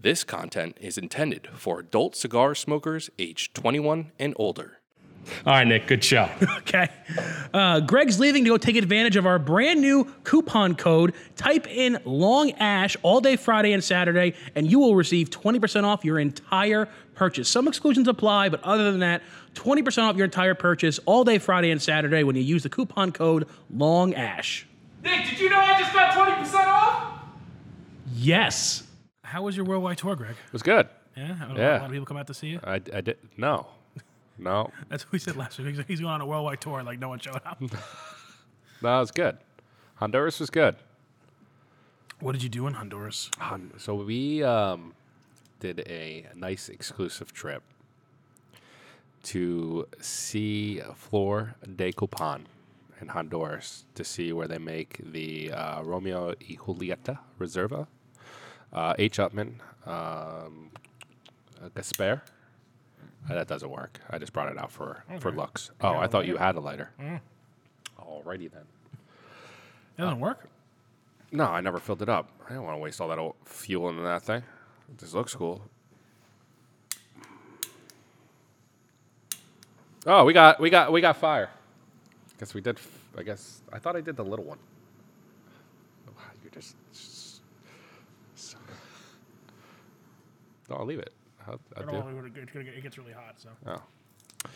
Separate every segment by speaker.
Speaker 1: This content is intended for adult cigar smokers aged 21 and older.
Speaker 2: All right, Nick, good show.
Speaker 3: Okay. Uh, Greg's leaving to go take advantage of our brand new coupon code. Type in Long Ash all day Friday and Saturday, and you will receive 20% off your entire purchase. Some exclusions apply, but other than that, 20% off your entire purchase all day Friday and Saturday when you use the coupon code Long Ash.
Speaker 4: Nick, did you know I just got 20% off?
Speaker 3: Yes.
Speaker 5: How was your worldwide tour, Greg?
Speaker 1: It was good.
Speaker 5: Yeah, I don't know,
Speaker 1: Yeah.
Speaker 5: a lot of people come out to see you.
Speaker 1: I, I did. No. No.
Speaker 5: That's what we said last week. He's- He's going on a worldwide tour, like no one showed up.
Speaker 1: No, it was good. Honduras was good.
Speaker 5: what did you do in Honduras?
Speaker 1: Hon- So we um, did a nice exclusive trip to see Flor de Coupon in Honduras to see where they make the uh, Romeo y Julieta Reserva. Uh, H. Upman, um, uh, Gasper. Uh, that doesn't work. I just brought it out for, for looks. Oh, I Mm. thought you had a lighter. Alrighty then.
Speaker 5: It doesn't work.
Speaker 1: No, I never filled it up. I don't want to waste all that old fuel into that thing. This looks cool. Oh, we got we got we got fire. Guess we did. f- I guess I thought I did the little one. Oh, wow, You're just. s- s- No, I'll leave it. I'll, I'll
Speaker 5: I
Speaker 1: do.
Speaker 5: don't know, it gets- it gets really hot. So.
Speaker 1: Oh.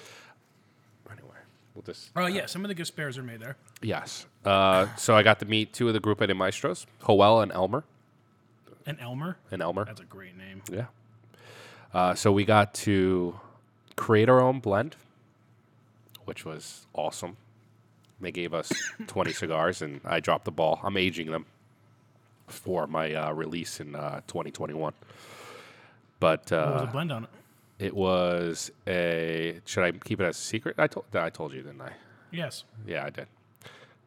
Speaker 1: Anyway, we'll just.
Speaker 5: Oh yeah, some of the good spares are made there.
Speaker 1: Yes. Uh, so I got to meet two of the Grupo de Maestros, Joel and Elmer.
Speaker 5: And Elmer,
Speaker 1: And Elmer.
Speaker 5: that's a great name.
Speaker 1: Yeah. Uh, so we got to create our own blend, which was awesome. They gave us 20 cigars, and I dropped the ball. I'm aging them for my uh, release in uh, 2021. But uh,
Speaker 5: What was a blend on it?
Speaker 1: it was a. Should I keep it as a secret? I told. I told you, didn't I?
Speaker 5: Yes.
Speaker 1: Yeah, I did.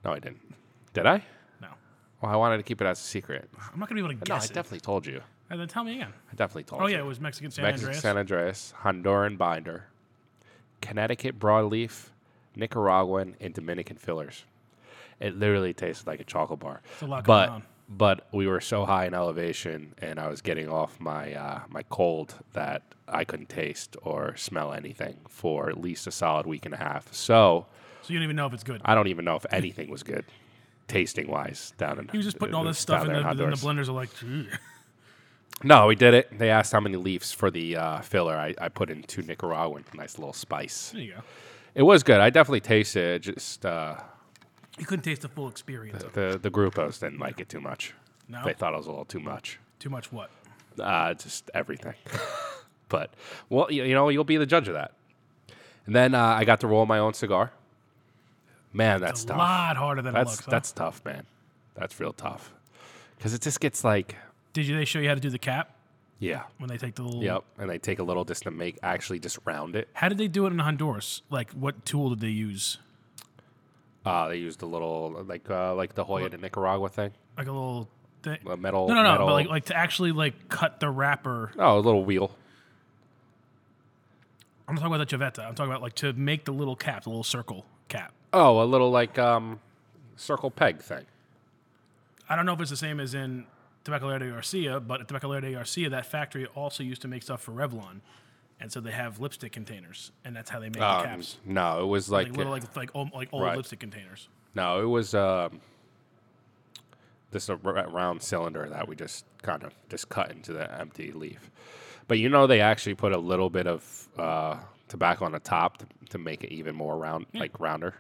Speaker 1: No, I didn't. Did I?
Speaker 5: No.
Speaker 1: Well, I wanted to keep it as a secret.
Speaker 5: I'm not gonna be able to
Speaker 1: No, I
Speaker 5: guess it.
Speaker 1: definitely told you.
Speaker 5: And then tell me again.
Speaker 1: I definitely told
Speaker 5: Oh
Speaker 1: you.
Speaker 5: yeah, it was Mexican San
Speaker 1: Mexican
Speaker 5: Andreas.
Speaker 1: San Andreas, Honduran binder, Connecticut broadleaf, Nicaraguan, and Dominican fillers. It literally tasted like a chocolate bar.
Speaker 5: a lot
Speaker 1: but
Speaker 5: going on.
Speaker 1: but we were so high in elevation, and I was getting off my uh, my cold that I couldn't taste or smell anything for at least a solid week and a half. So
Speaker 5: so you don't even know if it's good.
Speaker 1: I don't even know if anything was good, tasting wise, down in uh,
Speaker 5: he was just putting all this
Speaker 1: down
Speaker 5: stuff in,
Speaker 1: there
Speaker 5: the, and then the
Speaker 1: Honduras.
Speaker 5: blenders are like, gee.
Speaker 1: No, we did it. They asked how many leaves for the uh, filler. I, I put in two Nicaraguan, nice little spice.
Speaker 5: There you go.
Speaker 1: It was good. I definitely tasted it. Just uh,
Speaker 5: You couldn't taste the full experience. of it.
Speaker 1: the the grupos didn't like it too much.
Speaker 5: No?
Speaker 1: They thought it was a little too much.
Speaker 5: Too much what?
Speaker 1: Uh, just everything. but well, you, you know, you'll be the judge of that. And then uh, I got to roll my own cigar. Man, that's
Speaker 5: a
Speaker 1: tough.
Speaker 5: lot harder than
Speaker 1: that's
Speaker 5: it looks. huh?
Speaker 1: that's tough, man. That's real tough. Because it just gets like,
Speaker 5: Did you, they show you how to do the cap
Speaker 1: yeah,
Speaker 5: when they take the little?
Speaker 1: yep. And they take a little just to make actually just round it.
Speaker 5: How did they do it in Honduras? Like, what tool did they use?
Speaker 1: Uh, they used a little like uh, like the Hoya de Nicaragua thing,
Speaker 5: Like a little thing?
Speaker 1: a metal.
Speaker 5: no, no, no.
Speaker 1: metal,
Speaker 5: But like, like to actually like cut the wrapper.
Speaker 1: oh, a little wheel.
Speaker 5: I'm not talking about the chaveta. I'm talking about like to make the little cap, the little circle cap.
Speaker 1: Oh, a little like um, circle peg thing.
Speaker 5: I don't know if it's the same as in Tabacalera de Garcia, but at Tabacalera de Garcia, that factory also used to make stuff for Revlon, and so they have lipstick containers, and that's how they make the
Speaker 1: Um,
Speaker 5: caps.
Speaker 1: no, it was like,
Speaker 5: Like little like like old, like old
Speaker 1: Right.
Speaker 5: lipstick containers.
Speaker 1: no, it was um, just a r- round cylinder that we just kind of just cut into the empty leaf. But you know, they actually put a little bit of uh, tobacco on the top to, to make it even more round, like rounder.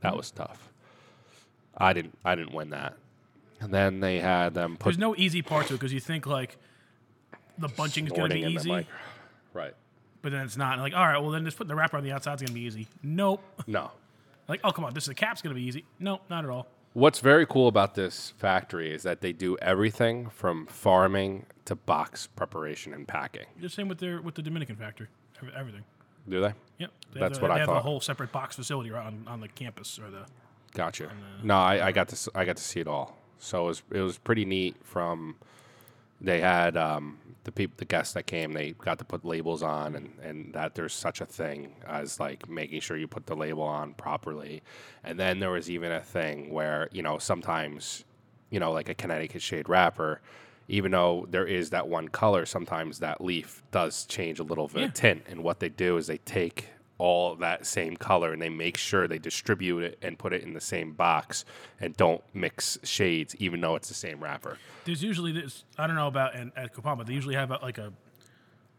Speaker 1: That was tough. I didn't. I didn't win that. And then they had them put
Speaker 5: There's no easy part to it because you think like the bunching is going to
Speaker 1: warning
Speaker 5: be
Speaker 1: in the
Speaker 5: easy,
Speaker 1: mic. Right.
Speaker 5: but then it's not. Like all right, well then just putting the wrapper on the outside is going to be easy. Nope.
Speaker 1: No.
Speaker 5: Like oh come on, this is the cap's going to be easy. Nope, not at all.
Speaker 1: What's very cool about this factory is that they do everything from farming to box preparation and packing.
Speaker 5: The same with their with the Dominican factory, Every- everything.
Speaker 1: Do they?
Speaker 5: Yep. They
Speaker 1: That's
Speaker 5: have, the-
Speaker 1: what
Speaker 5: they
Speaker 1: I
Speaker 5: have a
Speaker 1: thought.
Speaker 5: whole separate box facility right on, on the campus or the
Speaker 1: Gotcha. No, I, I got to s- I got to see it all. So it was it was pretty neat. From they had um, the people the guests that came, they got to put labels on, and and that there's such a thing as like making sure you put the label on properly. And then there was even a thing where you know sometimes you know like a Connecticut shade wrapper. even though there is that one color, sometimes that leaf does change a little bit of tint. And what they do is they take all that same color and they make sure they distribute it and put it in the same box and don't mix shades, even though it's the same wrapper.
Speaker 5: There's usually this. I don't know about in, at Coupon, but they usually have a, like a.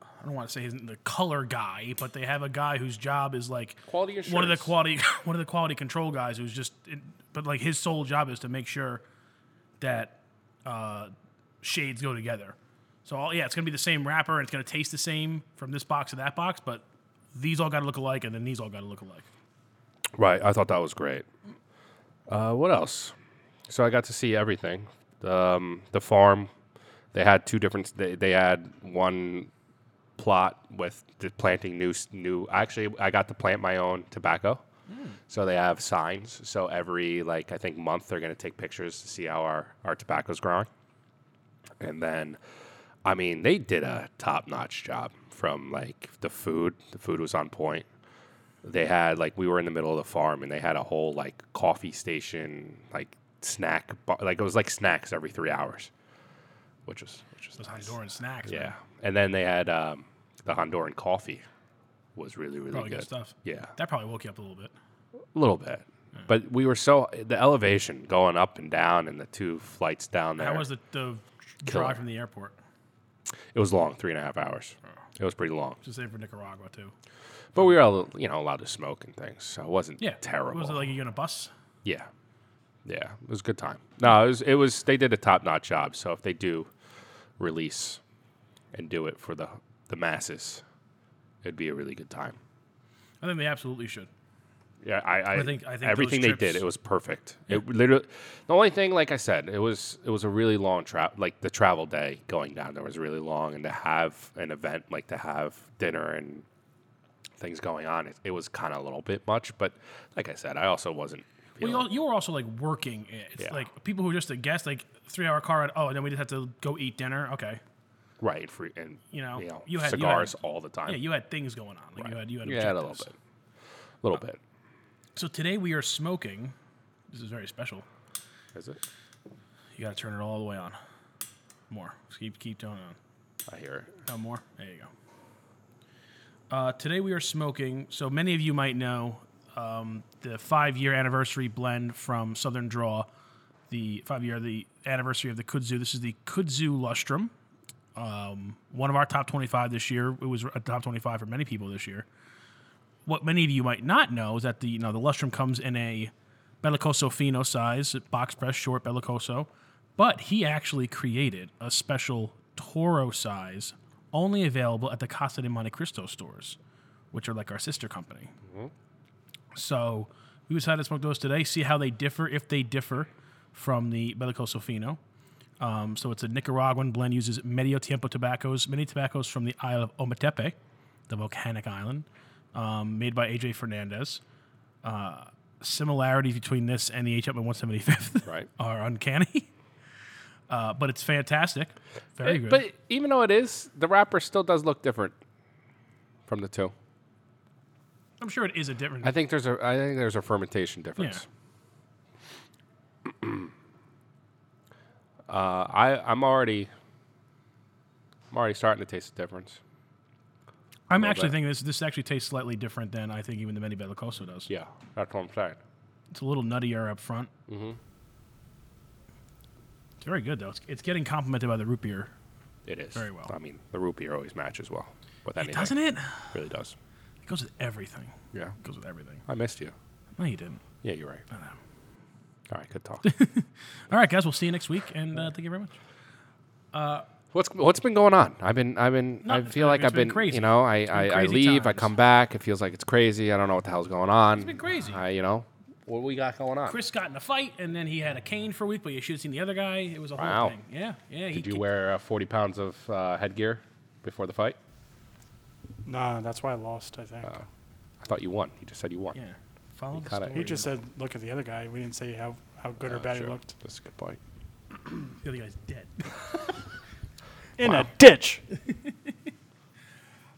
Speaker 5: I don't want to say his, the color guy, but they have a guy whose job is like
Speaker 1: Quality
Speaker 5: One of the
Speaker 1: assurance.
Speaker 5: quality, one of the quality control guys who's just, it, but like his sole job is to make sure that uh, shades go together. So all, yeah, it's gonna be the same wrapper and it's gonna taste the same from this box to that box, but these all gotta look alike and then these all gotta look alike.
Speaker 1: Right. I thought that was great. Uh, what else? So I got to see everything. Um, the farm, they had two different. They, they had one plot with the planting new s- new. Actually, I got to plant my own tobacco. So they have signs. So every like I think month they're going to take pictures to see how our our tobacco's growing. And then, I mean, they did a top notch job from like the food. The food was on point they had like we were in the middle of the farm and they had a whole like coffee station like snack bar like it was like snacks every three hours which was which was
Speaker 5: Those
Speaker 1: nice.
Speaker 5: Honduran snacks. man.
Speaker 1: yeah and then they had um, the honduran coffee was really really
Speaker 5: Probably
Speaker 1: good.
Speaker 5: good stuff.
Speaker 1: yeah
Speaker 5: that probably woke you up a little bit.
Speaker 1: a little bit but we were so the elevation going up and down and the two flights down there
Speaker 5: That was the, the drive
Speaker 1: Killer.
Speaker 5: from the airport.
Speaker 1: it was long three and a half hours
Speaker 5: Oh.
Speaker 1: it was pretty long
Speaker 5: Just say for Nicaragua too.
Speaker 1: but we were all you know allowed to smoke and things so it wasn't
Speaker 5: Yeah,
Speaker 1: terrible
Speaker 5: Was it like you in a bus?
Speaker 1: Yeah, yeah, it was a good time. No, it was. It was. They did a top notch job. So if they do release and do it for the the masses, it'd be a really good time.
Speaker 5: I think they absolutely should.
Speaker 1: Yeah, I, I,
Speaker 5: think- I think those
Speaker 1: everything they did,
Speaker 5: trips-
Speaker 1: it was perfect. It literally. The only thing, like I said, it was it was a really long trip. Like the travel day going down there was really long, and to have an event like to have dinner and things going on, it, it was kind of a little bit much. But like I said, I also wasn't.
Speaker 5: Well,
Speaker 1: feeling-
Speaker 5: you, al- you were also like working. it. It's
Speaker 1: Yeah.
Speaker 5: like people who are just a guest, like three hour car ride. Oh, and then we just have to go eat dinner. Okay,
Speaker 1: Right, and free and
Speaker 5: You know,
Speaker 1: you know
Speaker 5: you had- you had-
Speaker 1: cigars all the time.
Speaker 5: yeah, you had things going on. Like you had you had
Speaker 1: yeah, a little
Speaker 5: objectives.
Speaker 1: bit, a little bit.
Speaker 5: So today we are smoking. This is very special.
Speaker 1: Is it?
Speaker 5: You got to turn it all the way on. More. Just keep keep turning on.
Speaker 1: I hear it.
Speaker 5: No more. There you go. Uh, today we are smoking. So many of you might know um, the five-year anniversary blend from Southern Draw. The five-year the anniversary of the Kudzu. This is the Kudzu Lustrum. Um, one of our top 25 this year. It was a top 25 for many people this year. What many of you might not know is that the you know the Lustrum comes in a Bellicoso Fino size, box press, short Bellicoso. But he actually created a special Toro size, only available at the Casa de Monte Cristo stores, which are like our sister company.
Speaker 1: Mm-hmm.
Speaker 5: So we decided to smoke those today, see how they differ, if they differ from the Bellicoso Fino. Um, so it's a Nicaraguan blend, uses Medio Tiempo tobaccos, many tobaccos from the Isle of Ometepe, the volcanic island, um, made by AJ Fernandez Uh, similarities between this and the H up at 175th
Speaker 1: Right.
Speaker 5: are uncanny. Uh, but it's fantastic. Very good.
Speaker 1: But even though it is, the wrapper still does look different from the two.
Speaker 5: I'm sure it is a different.
Speaker 1: I think there's a I think there's a fermentation difference. uh, I I'm already I'm already starting to taste the difference.
Speaker 5: I'm actually
Speaker 1: bit.
Speaker 5: thinking this this actually tastes slightly different than I think even the Medi Bellicoso does.
Speaker 1: Yeah, that's what I'm saying.
Speaker 5: It's a little nuttier up front. Mm-hmm. It's very good, though. It's, it's getting complimented by the root beer,
Speaker 1: It is
Speaker 5: Very well.
Speaker 1: I mean, the root beer always matches well with anything.
Speaker 5: doesn't it?
Speaker 1: It really does.
Speaker 5: It goes with everything.
Speaker 1: Yeah,
Speaker 5: It goes with everything.
Speaker 1: I missed you.
Speaker 5: No, you didn't.
Speaker 1: Yeah, you're right.
Speaker 5: know.
Speaker 1: All right, good talk.
Speaker 5: All right, guys. We'll see you next week, and uh, thank you very much.
Speaker 1: What's what's been going on? I've been I've been I
Speaker 5: Nothing's
Speaker 1: feel
Speaker 5: been-
Speaker 1: like
Speaker 5: it's
Speaker 1: I've
Speaker 5: been
Speaker 1: been
Speaker 5: crazy.
Speaker 1: you know I
Speaker 5: been
Speaker 1: I, I
Speaker 5: crazy
Speaker 1: leave I
Speaker 5: times.
Speaker 1: come back it feels like it's crazy I don't know what the hell's going on. It's
Speaker 5: been crazy.
Speaker 1: I you know what we got going on.
Speaker 5: Chris got in a fight, and then he had a cane for a week, but you should have seen the other guy. It was a whole
Speaker 1: Wow.
Speaker 5: thing. Yeah, yeah. he
Speaker 1: Did you
Speaker 5: kicked-
Speaker 1: wear uh, forty pounds of uh, headgear before the fight?
Speaker 6: Nah, that's why I lost, I think.
Speaker 1: Oh, I thought you won. You just said you won.
Speaker 5: Yeah. Follow the
Speaker 1: Kinda-
Speaker 5: story.
Speaker 6: he just said, look at the other guy. We didn't say how, how good or
Speaker 1: Oh,
Speaker 6: bad
Speaker 1: sure.
Speaker 6: he looked.
Speaker 1: That's a good point.
Speaker 5: The other guy's dead.
Speaker 6: In a ditch.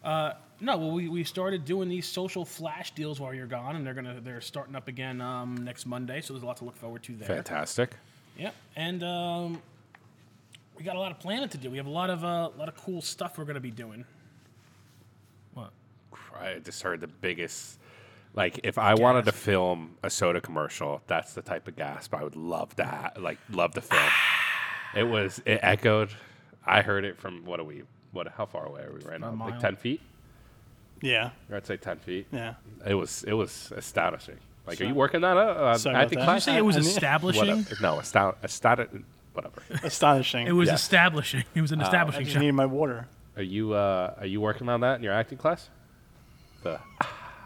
Speaker 5: no, well, we, we started doing these social flash deals while you're gone, and they're gonna they're starting up again um, next Monday. So there's a lot to look forward to there.
Speaker 1: Fantastic.
Speaker 5: Yep. And um, we got a lot of planning to do. We have a lot of uh, a lot of cool stuff we're gonna be doing. What?
Speaker 1: I just heard the biggest. Like, if I wanted to film a soda commercial, that's the type of gasp I would love to ha- like love to film. it was it echoed. I heard it from what are we? What? How far away are we right now? Like
Speaker 5: mile.
Speaker 1: ten feet?
Speaker 6: Yeah.
Speaker 1: I'd say ten feet.
Speaker 6: Yeah.
Speaker 1: It was it was astonishing. Like, are you working that up? Uh,
Speaker 6: Sorry
Speaker 1: I
Speaker 6: about
Speaker 1: think
Speaker 6: that.
Speaker 5: Did you say it was establishing?
Speaker 1: whatever. No, aston aston whatever.
Speaker 6: Astonishing.
Speaker 5: It was
Speaker 1: Yeah. Uh,
Speaker 5: establishing. It was an
Speaker 6: I
Speaker 5: establishing
Speaker 6: just
Speaker 5: shot.
Speaker 6: needed my water.
Speaker 1: Are you uh are you working on that in your acting class? The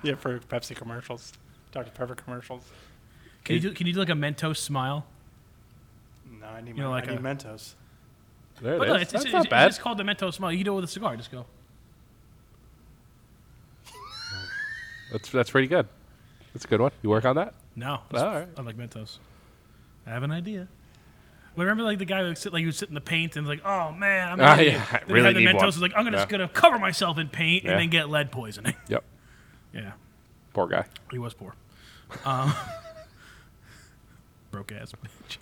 Speaker 6: Yeah, for Pepsi commercials, Dr. Pepper commercials.
Speaker 5: Can you do, can you do like a Mentos smile?
Speaker 6: No, I need,
Speaker 5: know,
Speaker 6: my,
Speaker 5: like
Speaker 6: I need
Speaker 5: a-
Speaker 6: Mentos.
Speaker 1: there it
Speaker 5: But no,
Speaker 1: is.
Speaker 5: it's,
Speaker 1: That's
Speaker 5: it's,
Speaker 1: not
Speaker 5: it's,
Speaker 1: bad.
Speaker 5: it's called the Mentos smile. You can do it with a cigar. Just go.
Speaker 1: that's that's pretty good. That's a good one. You work on that?
Speaker 5: No, it's-
Speaker 1: All right.
Speaker 5: I like Mentos. I have an idea. Well, remember, like the guy who sit, like he would sit in the paint and was like, "Oh man, I'm
Speaker 1: Ah,
Speaker 5: an
Speaker 1: yeah,
Speaker 5: idiot."
Speaker 1: I
Speaker 5: Then he
Speaker 1: really
Speaker 5: had the
Speaker 1: need
Speaker 5: Mentos
Speaker 1: one.
Speaker 5: was like, "I'm gonna, just
Speaker 1: Yeah.
Speaker 5: gonna cover myself in paint
Speaker 1: Yeah.
Speaker 5: and then get lead poisoning."
Speaker 1: Yep.
Speaker 5: yeah,
Speaker 1: Poor guy.
Speaker 5: he was poor, um, broke ass bitch.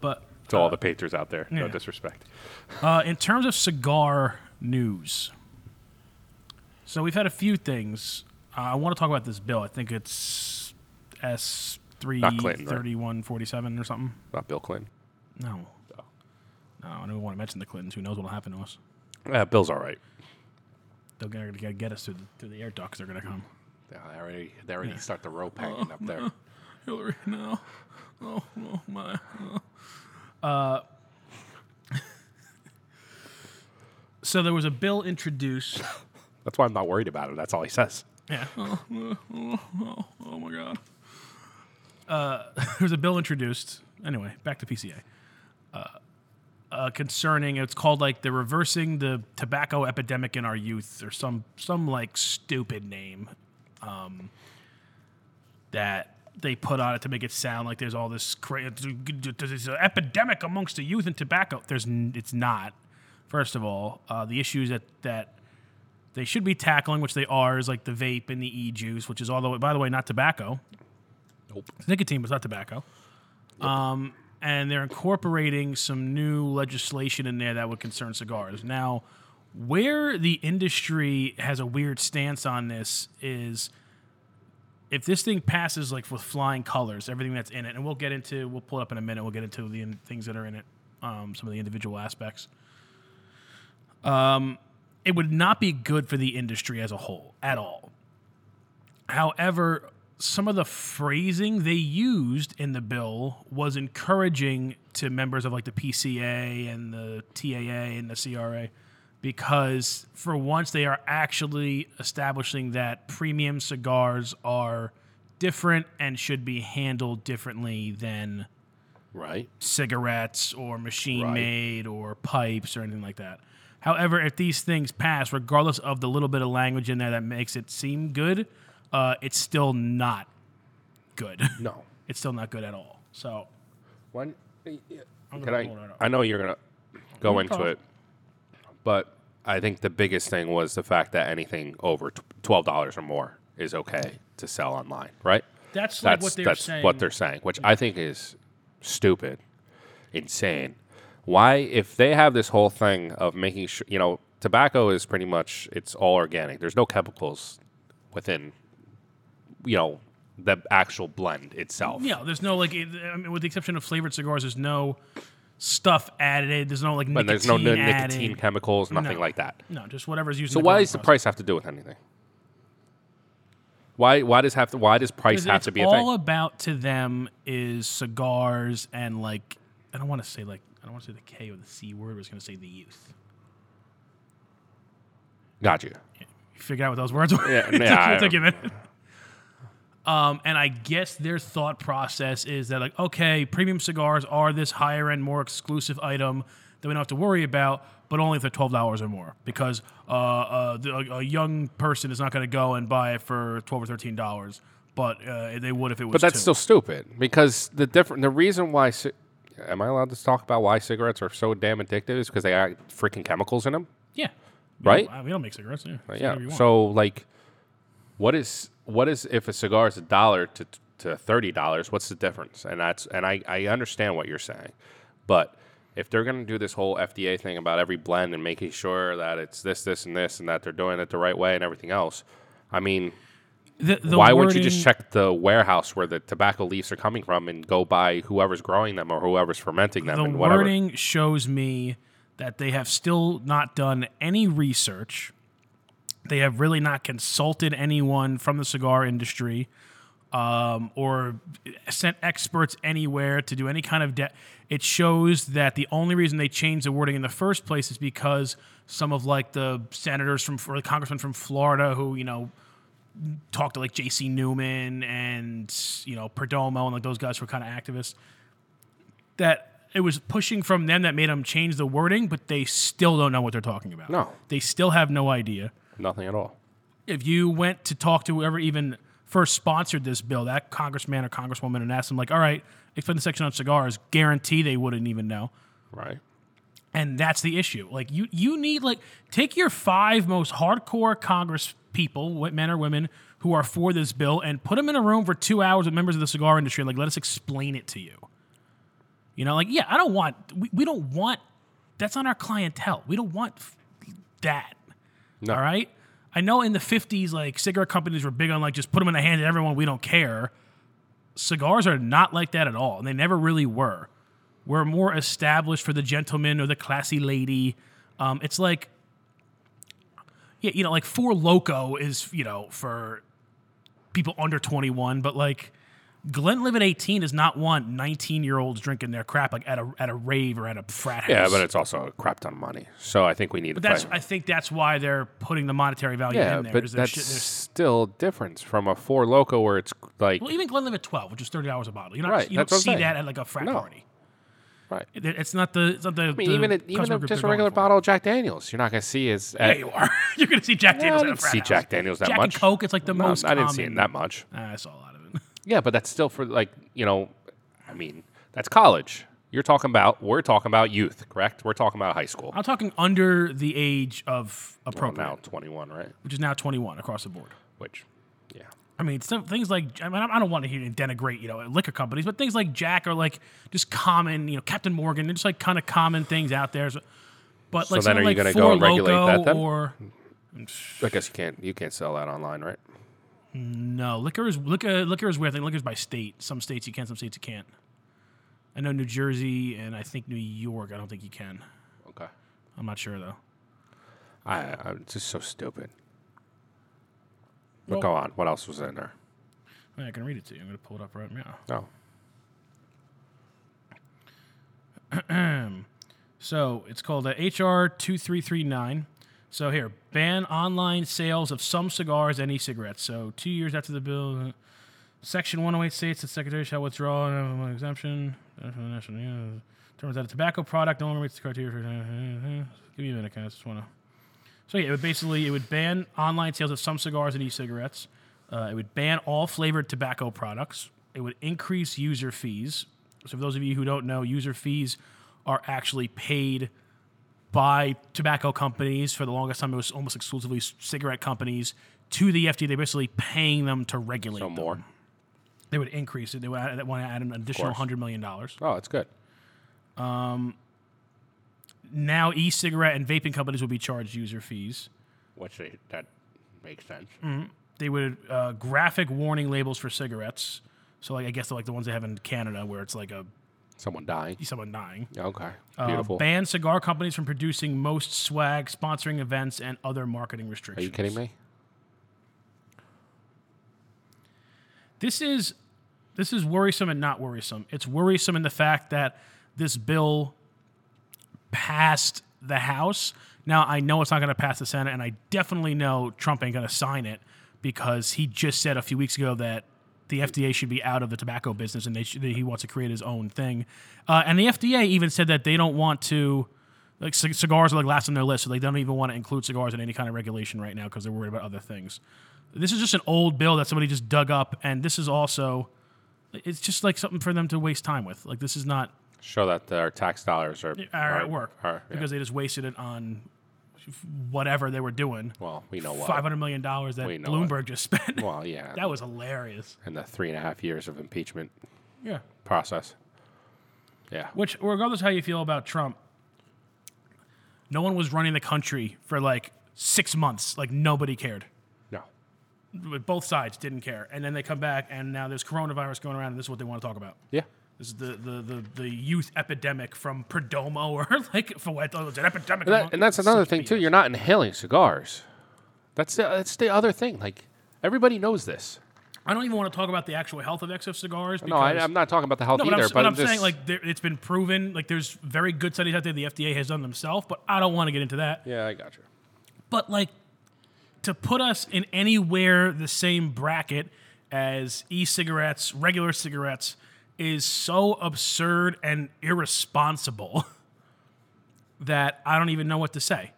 Speaker 5: But
Speaker 1: To all the painters out there, no
Speaker 5: yeah.
Speaker 1: disrespect.
Speaker 5: Uh, in terms of cigar news, so we've had a few things. Uh, I want to talk about this bill. I think it's S three
Speaker 1: Clinton, right?
Speaker 5: thirty one forty seven or something.
Speaker 1: Not Bill Clinton.
Speaker 5: No. No, I don't want to mention the Clintons. Who knows what'll happen to us?
Speaker 1: Uh, Bill's all right.
Speaker 5: They're gonna get- get us through the, through the air ducts. They're gonna come.
Speaker 1: They already they already start the rope hanging up there.
Speaker 5: Hillary, no, no, no, my. Uh, so there was a bill introduced.
Speaker 1: That's why I'm not worried about him. That's all he says.
Speaker 5: Yeah. Oh, my God. Uh, there was a bill introduced. Anyway, back to PCA. Uh, uh, concerning it's called like the reversing the tobacco epidemic in our youth or some some like stupid name um, that they put on it to make it sound like there's all this cra- there's an epidemic amongst the youth in tobacco there's n- it's not first of all uh, the issues that that they should be tackling, which they are, is like the vape and the e juice, which is all the way, by the way, not tobacco.
Speaker 1: Nope.
Speaker 5: It's nicotine, but it's not tobacco. Um, and they're incorporating some new legislation in there that would concern cigars. Now, where the industry has a weird stance on this is if this thing passes like with flying colors, everything that's in it, and we'll get into, we'll pull it up in a minute, we'll get into the in- things that are in it, um, some of the individual aspects it would not be good for the industry as a whole at all. However, some of the phrasing they used in the bill was encouraging to members of like the PCA and the TAA and the CRA because for once they are actually establishing that premium cigars are different and should be handled differently than
Speaker 1: Right.
Speaker 5: cigarettes or machine
Speaker 1: Right.
Speaker 5: made or pipes or anything like that. However, if these things pass, regardless of the little bit of language in there that makes it seem good, uh, it's still not good.
Speaker 1: No.
Speaker 5: it's still not good at all. So
Speaker 1: One. Can
Speaker 5: gonna
Speaker 1: I?
Speaker 5: pull that up.
Speaker 1: I know you're gonna go into
Speaker 5: problem.
Speaker 1: it, but I think the biggest thing was the fact that anything over tw- twelve dollars or more is okay to sell online, right?
Speaker 5: that's like
Speaker 1: That's
Speaker 5: what they're
Speaker 1: that's
Speaker 5: saying.
Speaker 1: what they're saying, which I think is stupid, insane. Why, if they have this whole thing of making sure, you know, tobacco is pretty much it's all organic. There's no chemicals within, you know, the actual blend itself.
Speaker 5: yeah. There's no like, it- I mean, with the exception of flavored cigars, there's no stuff added. There's no like nicotine
Speaker 1: And there's no n-
Speaker 5: added.
Speaker 1: nicotine chemicals, nothing
Speaker 5: No.
Speaker 1: like that.
Speaker 5: No, just whatever's used.
Speaker 1: So
Speaker 5: in the
Speaker 1: why
Speaker 5: growing
Speaker 1: does the
Speaker 5: process.
Speaker 1: price have to do with anything? Why why does have to why does price
Speaker 5: Because
Speaker 1: have
Speaker 5: it's
Speaker 1: to be a
Speaker 5: all
Speaker 1: thing?
Speaker 5: about to them is cigars and like I don't want to say like I don't want to say the K or the C word. I was going to say the youth.
Speaker 1: Got you.
Speaker 5: You figure out what those words were.
Speaker 1: Yeah,
Speaker 5: It took-
Speaker 1: yeah,
Speaker 5: it took
Speaker 1: I-
Speaker 5: you a minute. Um, and I guess their thought process is that like okay, premium cigars are this higher end, more exclusive item that we don't have to worry about, but only if they're twelve dollars or more because uh, uh, the, a, a young person is not going to go and buy it for twelve or thirteen dollars. But uh, they would if it was.
Speaker 1: But that's
Speaker 5: two.
Speaker 1: still stupid because the different the reason why ci- am I allowed to talk about why cigarettes are so damn addictive is because they got freaking chemicals in them,
Speaker 5: Yeah.
Speaker 1: right?
Speaker 5: We don't make cigarettes. Yeah. Say
Speaker 1: yeah.
Speaker 5: whatever you want.
Speaker 1: So like, what is what is if a cigar is a dollar to to thirty dollars? What's the difference? And that's and I I understand what you're saying, but if they're going to do this whole FDA thing about every blend and making sure that it's this, this, and this, and that they're doing it the right way and everything else, I mean,
Speaker 5: The, the
Speaker 1: why wouldn't you just
Speaker 5: wording-
Speaker 1: check the warehouse where the tobacco leaves are coming from and go by whoever's growing them or whoever's fermenting them
Speaker 5: the
Speaker 1: and whatever?
Speaker 5: wording shows me that they have still not done any research. They have really not consulted anyone from the cigar industry um, or sent experts anywhere to do any kind of debt. It shows that the only reason they changed the wording in the first place is because some of like the senators from or the congressmen from Florida who, you know, talked to like J.C. Newman and, you know, Perdomo and like those guys who were kind of activists that it was pushing from them that made them change the wording, but they still don't know what they're talking about.
Speaker 1: No.
Speaker 5: They still have no idea.
Speaker 1: Nothing at all.
Speaker 5: If you went to talk to whoever even first sponsored this bill, that congressman or congresswoman, and asked them, like, all right, explain the section on cigars, guarantee they wouldn't even know.
Speaker 1: Right.
Speaker 5: And that's the issue. Like, you, you need, like, take your five most hardcore Congress people, wh- men or women, who are for this bill and put them in a room for two hours with members of the cigar industry. Like, let us explain it to you. You know, like, yeah, I don't want, we, we don't want, that's not our clientele. We don't want f- that.
Speaker 1: No.
Speaker 5: All right. I know in the 50s, like cigarette companies were big on like just put them in the hand of everyone. We don't care. Cigars are not like that at all. And they never really were. We're more established for the gentleman or the classy lady. Um, it's like, yeah, you know, like Four Loco is, you know, for people under 21, but like Glenlivet 18 does not want 19 year olds drinking their crap like at a, at a rave or at a frat house.
Speaker 1: Yeah, but it's also a crap ton of money. So I think we need to
Speaker 5: That's.
Speaker 1: play.
Speaker 5: I think that's why they're putting the monetary value
Speaker 1: yeah,
Speaker 5: in there.
Speaker 1: but
Speaker 5: is
Speaker 1: that's
Speaker 5: there's shit- there's-
Speaker 1: still different from a four loco where it's like
Speaker 5: well, e- even Glenlivet 12, which is thirty dollars a bottle. You're not,
Speaker 1: Right,
Speaker 5: You don't
Speaker 1: that's what I'm
Speaker 5: see
Speaker 1: saying.
Speaker 5: that at like a frat
Speaker 1: No.
Speaker 5: party.
Speaker 1: right.
Speaker 5: It- It's not the. It's not the.
Speaker 1: I mean, even a, even a, just a regular bottle of Jack Daniels, you're not going to see as
Speaker 5: Yeah, you are. You're gonna see Jack
Speaker 1: Yeah, I
Speaker 5: Daniels at a
Speaker 1: didn't
Speaker 5: frat
Speaker 1: see
Speaker 5: house.
Speaker 1: Jack Daniels that
Speaker 5: Jack
Speaker 1: much.
Speaker 5: and Coke. It's like the
Speaker 1: No,
Speaker 5: most.
Speaker 1: I didn't see it
Speaker 5: common-
Speaker 1: that much.
Speaker 5: Ah, I saw a lot of it.
Speaker 1: Yeah, but that's still for like you know, I mean that's college. You're talking about we're talking about youth, correct? We're talking about high school.
Speaker 5: I'm talking under the age of
Speaker 1: Well,
Speaker 5: appropriate,
Speaker 1: now 21, right?
Speaker 5: which is now 21 across the board.
Speaker 1: Which, yeah,
Speaker 5: I mean, some things like I mean, I don't want to hear you denigrate, you know, liquor companies, but things like Jack are like just common, you know, Captain Morgan. They're just like kind of common things out there. So- But like,
Speaker 1: So then
Speaker 5: something
Speaker 1: are you
Speaker 5: like
Speaker 1: gonna
Speaker 5: Four
Speaker 1: go and regulate
Speaker 5: Loko
Speaker 1: that then?
Speaker 5: Or
Speaker 1: I guess you can't you can't sell that online, right?
Speaker 5: no, liquor is liquor, liquor is weird. I think liquor is by state. Some states you can, some states you can't. I know New Jersey and I think New York. I don't think you can.
Speaker 1: Okay,
Speaker 5: I'm not sure though.
Speaker 1: I I'm just so stupid. But go on. What else was in there?
Speaker 5: I, mean, I can read it to you. I'm gonna pull it up right now.
Speaker 1: Oh,
Speaker 5: So it's called uh, HR 2339. So here, ban online sales of some cigars and e-cigarettes. So two years after the bill, uh, Section 108 states that secretary shall withdraw an exemption. Terms that a tobacco product no longer meets the criteria for. Give me a minute, guys. Just wanna. So yeah, it would basically it would ban online sales of some cigars and e-cigarettes. Uh, it would ban all flavored tobacco products. It would increase user fees. So for those of you who don't know, user fees are actually paid by tobacco companies. For the longest time, it was almost exclusively s- cigarette companies to the FDA. They're basically paying them to regulate.
Speaker 1: no
Speaker 5: them.
Speaker 1: more.
Speaker 5: They would increase it. They would add, they want to add an additional
Speaker 1: course.
Speaker 5: hundred million dollars.
Speaker 1: Oh, it's good.
Speaker 5: Now, e-cigarette and vaping companies will be charged user fees.
Speaker 1: Which they, that makes sense.
Speaker 5: they would uh, graphic warning labels for cigarettes. So like I guess like the ones they have in Canada where it's like a
Speaker 1: Someone dying.
Speaker 5: someone dying.
Speaker 1: Okay,
Speaker 5: Uh,
Speaker 1: beautiful.
Speaker 5: ban cigar companies from producing most swag, sponsoring events, and other marketing
Speaker 1: Are
Speaker 5: restrictions.
Speaker 1: you kidding me?
Speaker 5: This is this is worrisome and not worrisome. It's worrisome in the fact that this bill passed the House. Now I know it's not going to pass the Senate, and I definitely know Trump ain't going to sign it because he just said a few weeks ago that the FDA should be out of the tobacco business, and they should, that he wants to create his own thing. Uh, and the FDA even said that they don't want to. Like c- cigars are like last on their list, so they don't even want to include cigars in any kind of regulation right now because they're worried about other things. This is just an old bill that somebody just dug up, and this is also, it's just like something for them to waste time with. Like this is not
Speaker 1: Show that uh, our tax dollars are
Speaker 5: are at work
Speaker 1: are- yeah.
Speaker 5: because they just wasted it on whatever they were doing.
Speaker 1: well, we know what.
Speaker 5: Five hundred million dollars that
Speaker 1: We know
Speaker 5: Bloomberg just spent.
Speaker 1: Well, yeah.
Speaker 5: that was hilarious.
Speaker 1: and the three and a half years of impeachment
Speaker 5: Yeah.
Speaker 1: process. Yeah.
Speaker 5: Which, regardless how you feel about Trump, no one was running the country for like six months. Like nobody cared.
Speaker 1: No.
Speaker 5: But Both sides didn't care, and then they come back, and now there's coronavirus going around, and this is what they want to talk about.
Speaker 1: Yeah.
Speaker 5: This is the the, the, the youth epidemic from Perdomo or like for what oh, it's an epidemic.
Speaker 1: And, that,
Speaker 5: among-
Speaker 1: and that's another
Speaker 5: Such
Speaker 1: thing too.
Speaker 5: BS.
Speaker 1: You're not inhaling cigars. That's the, that's the other thing. Like everybody knows this.
Speaker 5: I don't even want to talk about the actual health of excess cigars. Because,
Speaker 1: No, I, I'm not talking about the health
Speaker 5: No, but
Speaker 1: either.
Speaker 5: I'm,
Speaker 1: but,
Speaker 5: but
Speaker 1: I'm
Speaker 5: I'm
Speaker 1: just
Speaker 5: saying like there, it's been proven. Like there's very good studies out there the FDA has done themselves, but I don't want to get into that.
Speaker 1: yeah, I got you.
Speaker 5: But like to put us in anywhere the same bracket as e-cigarettes, regular cigarettes is so absurd and irresponsible that I don't even know what to say.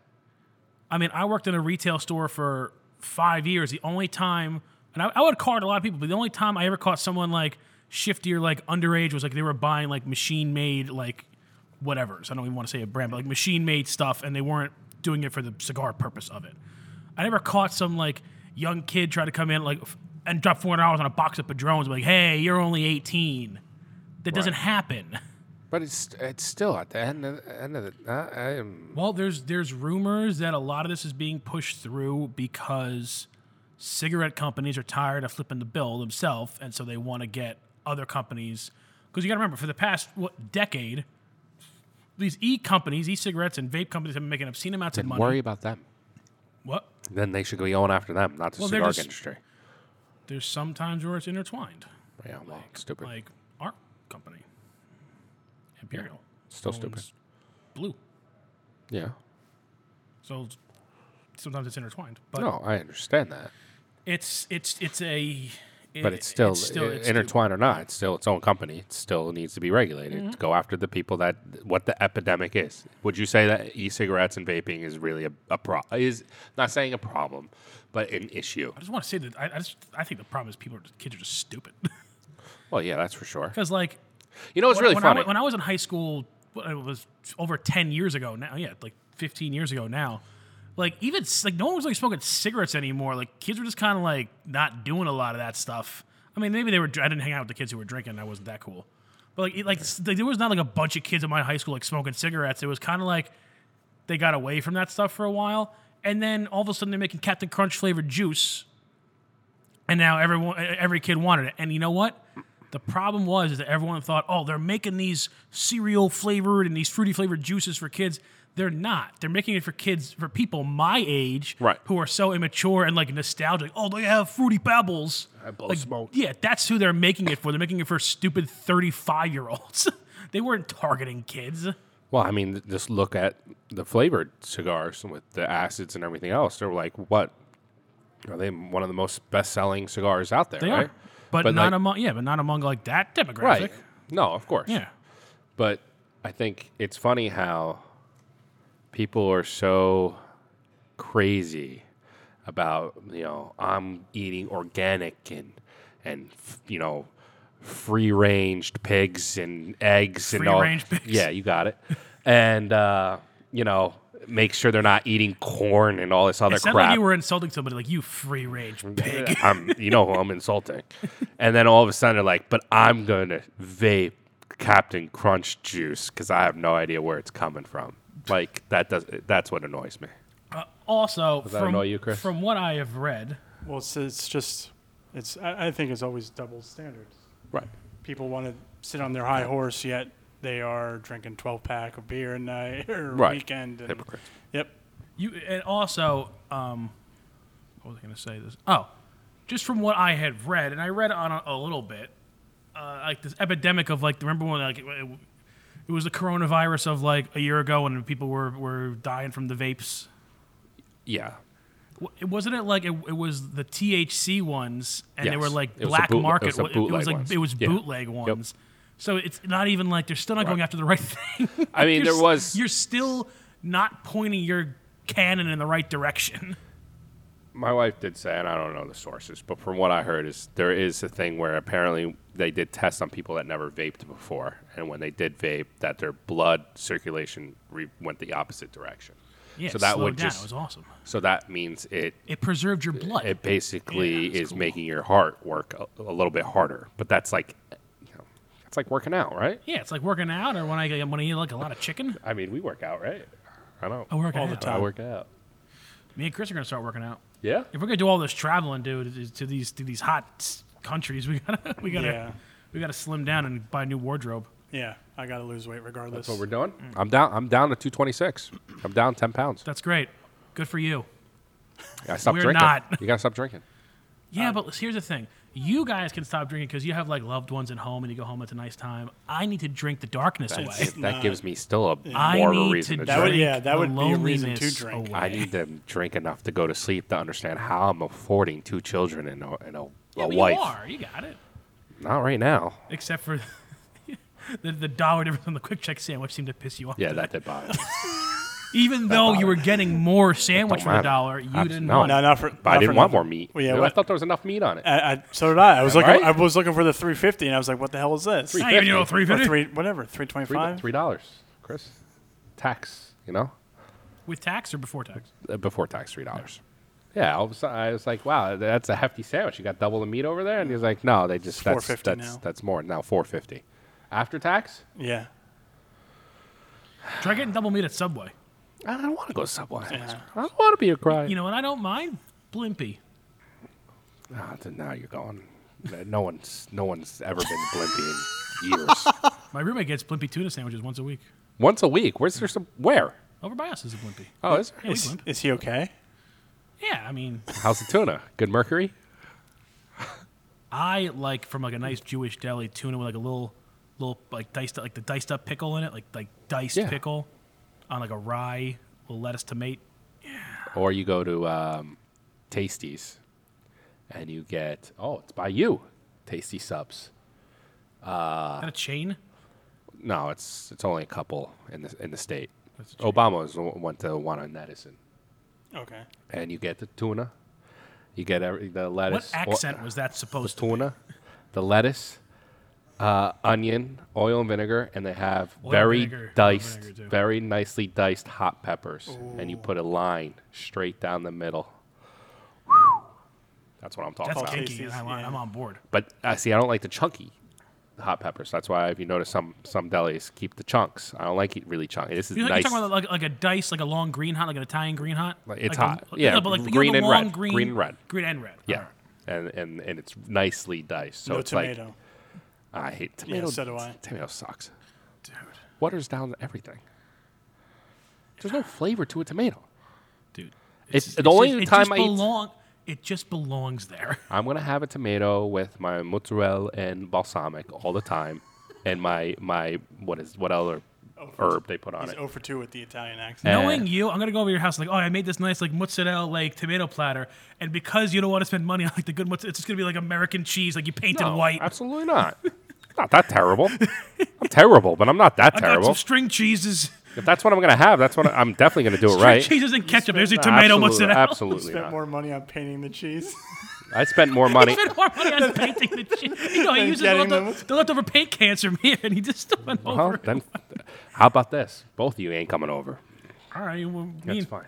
Speaker 5: I mean, I worked in a retail store for five years. The only time, and I, I would card a lot of people, but the only time I ever caught someone like shifty or like underage was like they were buying like machine made, like whatever. So I don't even want to say a brand, but like machine made stuff, and they weren't doing it for the cigar purpose of it. I never caught some like young kid try to come in like f- and drop $400 on a box of Padrones, like, hey, you're only 18. That doesn't happen.
Speaker 1: But it's it's still at the end of, end of the. Uh, I am
Speaker 5: Well, there's there's rumors that a lot of this is being pushed through because cigarette companies are tired of flipping the bill themselves, and so they want to get other companies. Because you got to remember, for the past what decade, these e companies, e cigarettes, and vape companies have been making obscene amounts of money.
Speaker 1: worry about them.
Speaker 5: What?
Speaker 1: Then they should be going after them, not the
Speaker 5: Well, they're
Speaker 1: cigar
Speaker 5: just-
Speaker 1: industry.
Speaker 5: There's some times where it's intertwined,
Speaker 1: Yeah, well, stupid.
Speaker 5: like our company, Imperial,
Speaker 1: Still stupid.
Speaker 5: owns Blue.
Speaker 1: Yeah.
Speaker 5: So sometimes it's intertwined, but
Speaker 1: No, I understand that.
Speaker 5: it's it's it's a.
Speaker 1: But
Speaker 5: it-
Speaker 1: it's still, i-
Speaker 5: it's stupid.
Speaker 1: intertwined or not, it's still its own company. It still needs to be regulated
Speaker 5: Mm-hmm.
Speaker 1: to go after the people that what the epidemic is. Would you say that e-cigarettes and vaping is really a, a pro? Is not saying a problem, but an issue.
Speaker 5: I just want to say that I, I just I think the problem is people are just, kids are just stupid
Speaker 1: Well, yeah, that's for sure.
Speaker 5: because like
Speaker 1: You know, it's really
Speaker 5: when,
Speaker 1: funny.
Speaker 5: I, wa- when I was in high school what, it was over ten years ago now yeah like fifteen years ago now like even s- like no one was like smoking cigarettes anymore like kids were just kind of like not doing a lot of that stuff I mean maybe they were dr- I didn't hang out with the kids who were drinking I wasn't that cool but like it, like s- like, there was not like a bunch of kids in my high school like smoking cigarettes it was kind of like they got away from that stuff for a while and then all of a sudden they're making Captain Crunch flavored juice and now everyone, e-, every kid wanted it. And you know what? The problem was is that everyone thought, oh, they're making these cereal flavored and these fruity flavored juices for kids. They're not. They're making it for kids, for people my age,
Speaker 1: Right.
Speaker 5: who are so immature and like nostalgic. Oh, they have fruity pebbles. I
Speaker 1: blow smoke.
Speaker 5: Yeah, that's who they're making it for. They're making it for stupid thirty-five-year-olds. they weren't targeting kids.
Speaker 1: Well, I mean, th- just look at the flavored cigars with the acids and everything else. They're like, what? Are they one of the most best selling cigars out there?
Speaker 5: They
Speaker 1: right?
Speaker 5: are, but,
Speaker 1: But,
Speaker 5: not
Speaker 1: like-
Speaker 5: among yeah, but not among like that demographic.
Speaker 1: Right. No, of course.
Speaker 5: Yeah.
Speaker 1: But I think it's funny how people are so crazy about, you know, I'm eating organic and, and f- you know, free ranged pigs and eggs and all.
Speaker 5: Free-range pigs.
Speaker 1: Yeah, you got it. and, uh, you know, make sure they're not eating corn and all this other
Speaker 5: It sounded
Speaker 1: crap. Mm-hmm.
Speaker 5: like you were insulting somebody. Like you free range pig.
Speaker 1: I'm, you know who I'm insulting. And then all of a sudden they're like, but I'm going to vape Captain Crunch juice because I have no idea where it's coming from. Like that does that's what annoys me.
Speaker 5: Uh, Also,
Speaker 1: that
Speaker 5: from,
Speaker 1: annoy you, Chris?
Speaker 5: from what I have read,
Speaker 6: Well, it's, it's just, it's. I, I think it's always double standards.
Speaker 1: Right.
Speaker 6: People want to sit on their high horse, yet they are drinking 12 pack of beer a night or
Speaker 1: Right.
Speaker 6: weekend. And,
Speaker 1: Hypocrites.
Speaker 6: Yep.
Speaker 5: you and also, um, what was I going to say? This oh, just from what I had read, and I read on a, a little bit, uh, like this epidemic of like remember when like it, it was the coronavirus of like a year ago, and people were were dying from the vapes.
Speaker 1: Yeah.
Speaker 5: W- It wasn't it like it, it was the THC ones, and they
Speaker 1: Yes.
Speaker 5: were like
Speaker 1: It was the
Speaker 5: black
Speaker 1: bootleg- it
Speaker 5: market.
Speaker 1: was the
Speaker 5: w-
Speaker 1: bootleg
Speaker 5: like
Speaker 1: ones.
Speaker 5: it was
Speaker 1: Yeah.
Speaker 5: bootleg ones. So it's not even like they're still not going after the right thing.
Speaker 1: I mean,
Speaker 5: You're
Speaker 1: there
Speaker 5: s-
Speaker 1: was
Speaker 5: You're still not pointing your cannon in the right direction.
Speaker 1: my wife did say, and I don't know the sources, but from what I heard is there is a thing where apparently they did tests on people that never vaped before, and when they did vape, that their blood circulation re- went the opposite direction.
Speaker 5: Yeah,
Speaker 1: So
Speaker 5: it
Speaker 1: that
Speaker 5: slowed
Speaker 1: would
Speaker 5: down.
Speaker 1: just-
Speaker 5: it was awesome.
Speaker 1: So that means it
Speaker 5: It preserved your blood.
Speaker 1: it basically
Speaker 5: Yeah, that's
Speaker 1: is
Speaker 5: cool.
Speaker 1: making your heart work a, a little bit harder. But that's like, you know, that's It's like working out, right?
Speaker 5: Yeah, it's like working out, or when I when I eat like a lot of chicken.
Speaker 1: I mean, we work out, right? I don't.
Speaker 5: I work
Speaker 6: All
Speaker 5: out.
Speaker 6: the
Speaker 1: I
Speaker 6: time.
Speaker 1: work out.
Speaker 5: Me and Chris are gonna start working out.
Speaker 1: Yeah.
Speaker 5: If we're gonna do all this traveling, dude, to- to these to these hot s- countries, we gotta we gotta
Speaker 6: Yeah.
Speaker 5: we gotta slim down and buy a new wardrobe.
Speaker 6: Yeah, I gotta lose weight regardless.
Speaker 1: That's what we're doing.
Speaker 5: Mm.
Speaker 1: I'm down. I'm down to 226. I'm down 10 pounds.
Speaker 5: That's great. Good for you.
Speaker 1: I stopped
Speaker 5: We're
Speaker 1: drinking.
Speaker 5: not.
Speaker 1: You gotta stop drinking.
Speaker 5: Yeah,
Speaker 1: Um,
Speaker 5: but here's the thing. You guys can stop drinking because you have like loved ones at home and you go home. It's a nice time. I need to drink the darkness away.
Speaker 1: That gives me still a
Speaker 5: I
Speaker 1: more of a
Speaker 5: need
Speaker 1: reason to
Speaker 5: to drink
Speaker 1: drink.
Speaker 6: would- yeah, that
Speaker 5: the
Speaker 6: would be a reason to
Speaker 5: loneliness
Speaker 6: drink.
Speaker 5: away.
Speaker 1: I need to drink enough to go to sleep to understand how I'm affording two children and a, and a,
Speaker 5: yeah,
Speaker 1: a
Speaker 5: but
Speaker 1: wife.
Speaker 5: You are. You got it.
Speaker 1: Not right now.
Speaker 5: Except for the, the dollar difference on the quick check sandwich seemed to piss you off.
Speaker 1: Yeah, that did bother. me.
Speaker 5: Even though you were getting more sandwich for a
Speaker 1: matter.
Speaker 5: dollar, you
Speaker 1: Abs-
Speaker 5: didn't
Speaker 1: no.
Speaker 5: want it.
Speaker 6: No, not for.
Speaker 1: But
Speaker 6: not
Speaker 1: I
Speaker 6: for
Speaker 1: didn't want
Speaker 6: nothing.
Speaker 1: more meat.
Speaker 6: Well, yeah,
Speaker 1: You know, I
Speaker 6: what-
Speaker 1: thought there was enough meat on it.
Speaker 6: I, I, so did I. I was looking.
Speaker 1: right?
Speaker 6: I was looking for the 350, and I was like, "What the hell is this?
Speaker 5: I even know three
Speaker 6: Or
Speaker 5: fifty
Speaker 6: three, whatever, 325."
Speaker 1: Three dollars, Chris. Tax, you know,
Speaker 5: with tax or before tax.
Speaker 1: Uh, before tax, three dollars. Yeah, all of a sudden I was like, "Wow, that's a hefty sandwich." You got double the meat over there, and he was like, "No, they just that's
Speaker 6: $4.50
Speaker 1: that's
Speaker 6: now.
Speaker 1: that's more now four fifty after tax."
Speaker 6: Yeah.
Speaker 5: Try getting double meat at Subway.
Speaker 1: I don't want to go to Subway. I don't want to be a cry.
Speaker 5: You know, and I don't mind Blimpy.
Speaker 1: Ah, then now you're going. No one's no one's ever been to Blimpie in years.
Speaker 5: My roommate gets Blimpy tuna sandwiches once a week.
Speaker 1: Once a week. Where's there some where?
Speaker 5: Over by us is a Blimpy.
Speaker 1: Oh, is
Speaker 5: Yeah,
Speaker 1: there?
Speaker 5: we
Speaker 6: Is,
Speaker 5: blimp.
Speaker 6: is he okay?
Speaker 5: Yeah, I mean,
Speaker 1: how's the tuna? Good mercury.
Speaker 5: I like from like a nice Jewish deli tuna with like a little, little like diced like the diced up pickle in it, like like diced
Speaker 1: Yeah.
Speaker 5: pickle, on like a rye, little lettuce tomato.
Speaker 1: Or you go to um, Tasties, and you get oh, it's by you, Tasty Subs. Uh,
Speaker 5: Is that a chain?
Speaker 1: No, it's it's only a couple in the in the state. Obama was the one- went to one on Edison,
Speaker 6: Okay.
Speaker 1: and you get the tuna, you get every, the
Speaker 5: What
Speaker 1: lettuce. o-
Speaker 5: accent was that supposed to?
Speaker 1: tuna, the lettuce, uh, onion, oil and vinegar, and they have
Speaker 5: Oil and
Speaker 1: very
Speaker 5: vinegar, oil and
Speaker 1: diced,
Speaker 5: vinegar too.
Speaker 1: very nicely diced hot peppers, and you put a line straight down the middle. Whew. That's what I'm talking
Speaker 5: That's
Speaker 1: about.
Speaker 5: kinky.
Speaker 6: Tasties,
Speaker 5: and I'm, on-
Speaker 6: yeah.
Speaker 5: I'm on board.
Speaker 1: But uh, see, I don't like the chunky hot peppers. That's why if you notice some some delis keep the chunks. I don't like it really chunky. This is
Speaker 5: You're,
Speaker 1: nice.
Speaker 5: you're talking about like, like a dice, like a long green hot, like an Italian green hot.
Speaker 1: Like, it's
Speaker 5: a-
Speaker 1: hot. Yeah,
Speaker 5: but like you know,
Speaker 1: green
Speaker 5: the
Speaker 1: and
Speaker 5: long
Speaker 1: red.
Speaker 5: Green,
Speaker 1: Green and red.
Speaker 5: Green and red.
Speaker 1: yeah.
Speaker 5: Alright.
Speaker 1: And, and and it's nicely diced. So
Speaker 6: no
Speaker 1: it's
Speaker 6: tomato.
Speaker 1: like I hate tomato.
Speaker 6: so do I.
Speaker 1: Tomato sucks. waters down everything. There's no flavor to a tomato.
Speaker 5: dude.
Speaker 1: It's, the only
Speaker 5: just-
Speaker 1: time
Speaker 5: just
Speaker 1: I eat,
Speaker 5: belong. It just belongs there.
Speaker 1: I'm gonna have a tomato with my mozzarella and balsamic all the time, and my my what is what other herb they put on
Speaker 6: He's
Speaker 1: it.
Speaker 6: 0 for 2 with the Italian accent.
Speaker 1: Eh.
Speaker 5: Knowing you, I'm gonna go over to your house like, oh, I made this nice like mozzarella like tomato platter, and because you don't want to spend money on like the good mozzarella, it's just gonna be like American cheese, like you painted
Speaker 1: No,
Speaker 5: white.
Speaker 1: Absolutely not. not that terrible. I'm terrible, but I'm not that
Speaker 5: I got
Speaker 1: terrible.
Speaker 5: some string cheeses,
Speaker 1: if that's what I'm gonna have, that's what I, am definitely gonna do it
Speaker 5: string
Speaker 1: right.
Speaker 5: cheeses and ketchup. There's a
Speaker 1: No,
Speaker 5: tomato
Speaker 1: absolutely-
Speaker 5: mozzarella.
Speaker 1: Absolutely
Speaker 6: Spent
Speaker 1: not.
Speaker 6: more money on painting the cheese.
Speaker 1: I spent more money.
Speaker 5: Spend more money on painting the cheese. You know, he
Speaker 6: And
Speaker 5: uses the,
Speaker 6: getting
Speaker 5: leftover, the leftover paint cans from here, and he just went
Speaker 1: Well,
Speaker 5: over. it.
Speaker 1: then, how about this? Both of you ain't coming over.
Speaker 5: All right, well, me
Speaker 1: That's
Speaker 5: and-
Speaker 1: fine.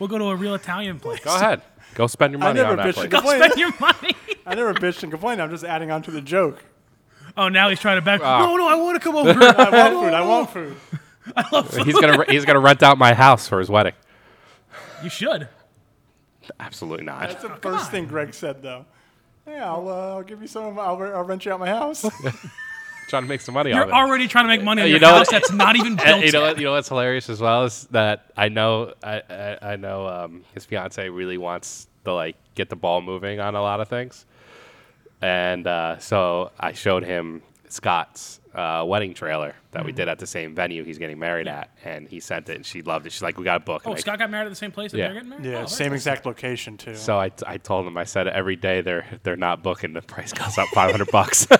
Speaker 5: we'll go to a real Italian place.
Speaker 1: Go ahead. Go spend your
Speaker 6: I
Speaker 1: money
Speaker 6: never
Speaker 1: on that
Speaker 6: bitched
Speaker 1: place.
Speaker 6: and
Speaker 5: Go
Speaker 6: complained.
Speaker 5: spend your money.
Speaker 6: I never bitched and complained. I'm just adding on to the joke.
Speaker 5: Oh, now he's trying to back. No, no, I want to come over.
Speaker 6: I want food. I want food.
Speaker 1: He's gonna he's gonna rent out my house for his wedding.
Speaker 5: you should.
Speaker 1: Absolutely
Speaker 6: That's
Speaker 1: not.
Speaker 6: the first thing Greg said, though. Yeah, I'll, uh, I'll give you some. I'll, re- I'll rent you out my house.
Speaker 1: Trying to make some money
Speaker 5: You're
Speaker 1: on
Speaker 5: already trying to make money on
Speaker 1: You
Speaker 5: your
Speaker 1: know
Speaker 5: house
Speaker 1: what-
Speaker 5: that's not even
Speaker 1: it. And
Speaker 5: built.
Speaker 1: you know
Speaker 5: yet.
Speaker 1: what? You know what's hilarious as well is that I know I I, I know um, his fiance really wants to like get the ball moving on a lot of things, and uh, so I showed him Scott's uh, wedding trailer that
Speaker 5: Mm-hmm.
Speaker 1: we did at the same venue he's getting married at, and he sent it and she loved it. She's like, "We got a book."
Speaker 5: Oh,
Speaker 1: And I-
Speaker 5: Scott got married at the same place that
Speaker 1: Yeah.
Speaker 5: they're getting married.
Speaker 6: Yeah,
Speaker 5: Oh,
Speaker 6: same exact location too.
Speaker 1: So I, I told him I said every day they're they're not booking the price goes up 500 bucks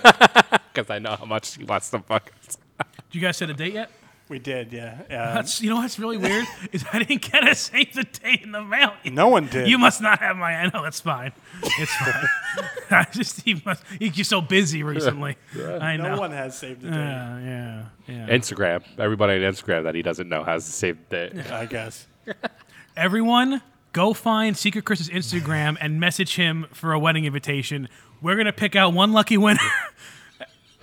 Speaker 1: because I know how much he wants to book.
Speaker 5: Do you guys set a date yet?
Speaker 6: we did, yeah. Uh,
Speaker 5: That's you know what's really weird is I didn't get a save the date in the mail.
Speaker 6: no one did.
Speaker 5: You must not have my. I know it's fine. It's fine. I just he must. He's so busy recently. I know.
Speaker 6: no one has saved the day.
Speaker 5: Yeah, yeah, yeah.
Speaker 1: Instagram, everybody on Instagram that he doesn't know has the same day.
Speaker 6: I guess.
Speaker 5: Everyone, go find Secret Chris's Instagram and message him for a wedding invitation. We're gonna pick out one lucky winner.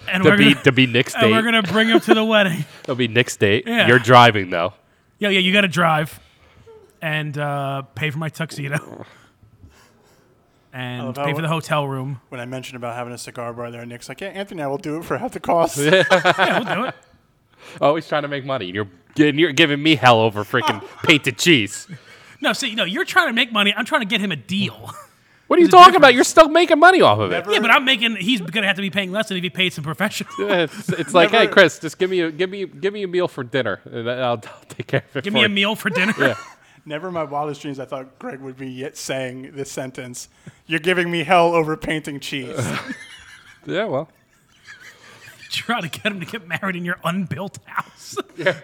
Speaker 5: and
Speaker 1: to
Speaker 5: we're
Speaker 1: be
Speaker 5: gonna,
Speaker 1: to be Nick's
Speaker 5: and
Speaker 1: date.
Speaker 5: we're gonna bring him to the wedding.
Speaker 1: It'll be Nick's date.
Speaker 5: Yeah.
Speaker 1: You're driving though.
Speaker 5: Yeah, yeah, you got to drive and uh, pay for my tuxedo and
Speaker 6: love how
Speaker 5: pay for the hotel room.
Speaker 6: When I mentioned about having a cigar bar there, Nick's like, "Yeah, Anthony, I will do it for half the cost."
Speaker 5: Yeah, we'll do it.
Speaker 1: Always Oh, trying to make money. And you're and you're giving me hell over freaking painted cheese.
Speaker 5: No, see, no, you're trying to make money. I'm trying to get him a deal.
Speaker 1: What are you
Speaker 5: a
Speaker 1: talking about? You're still making money off of it.
Speaker 5: yeah, but I'm making. He's gonna have to be paying less than if he paid some professional.
Speaker 1: It's, it's like, hey
Speaker 6: Never-
Speaker 1: Chris, just give me a give me give me a meal for dinner, and I'll, I'll take care of it.
Speaker 5: Give
Speaker 1: for
Speaker 5: me a
Speaker 1: you.
Speaker 5: meal for dinner.
Speaker 6: Never in my wildest dreams I thought Greg would be yet saying this sentence. You're giving me hell over painting cheese.
Speaker 1: Yeah, well,
Speaker 5: Trying to get him to get married in your unbuilt house.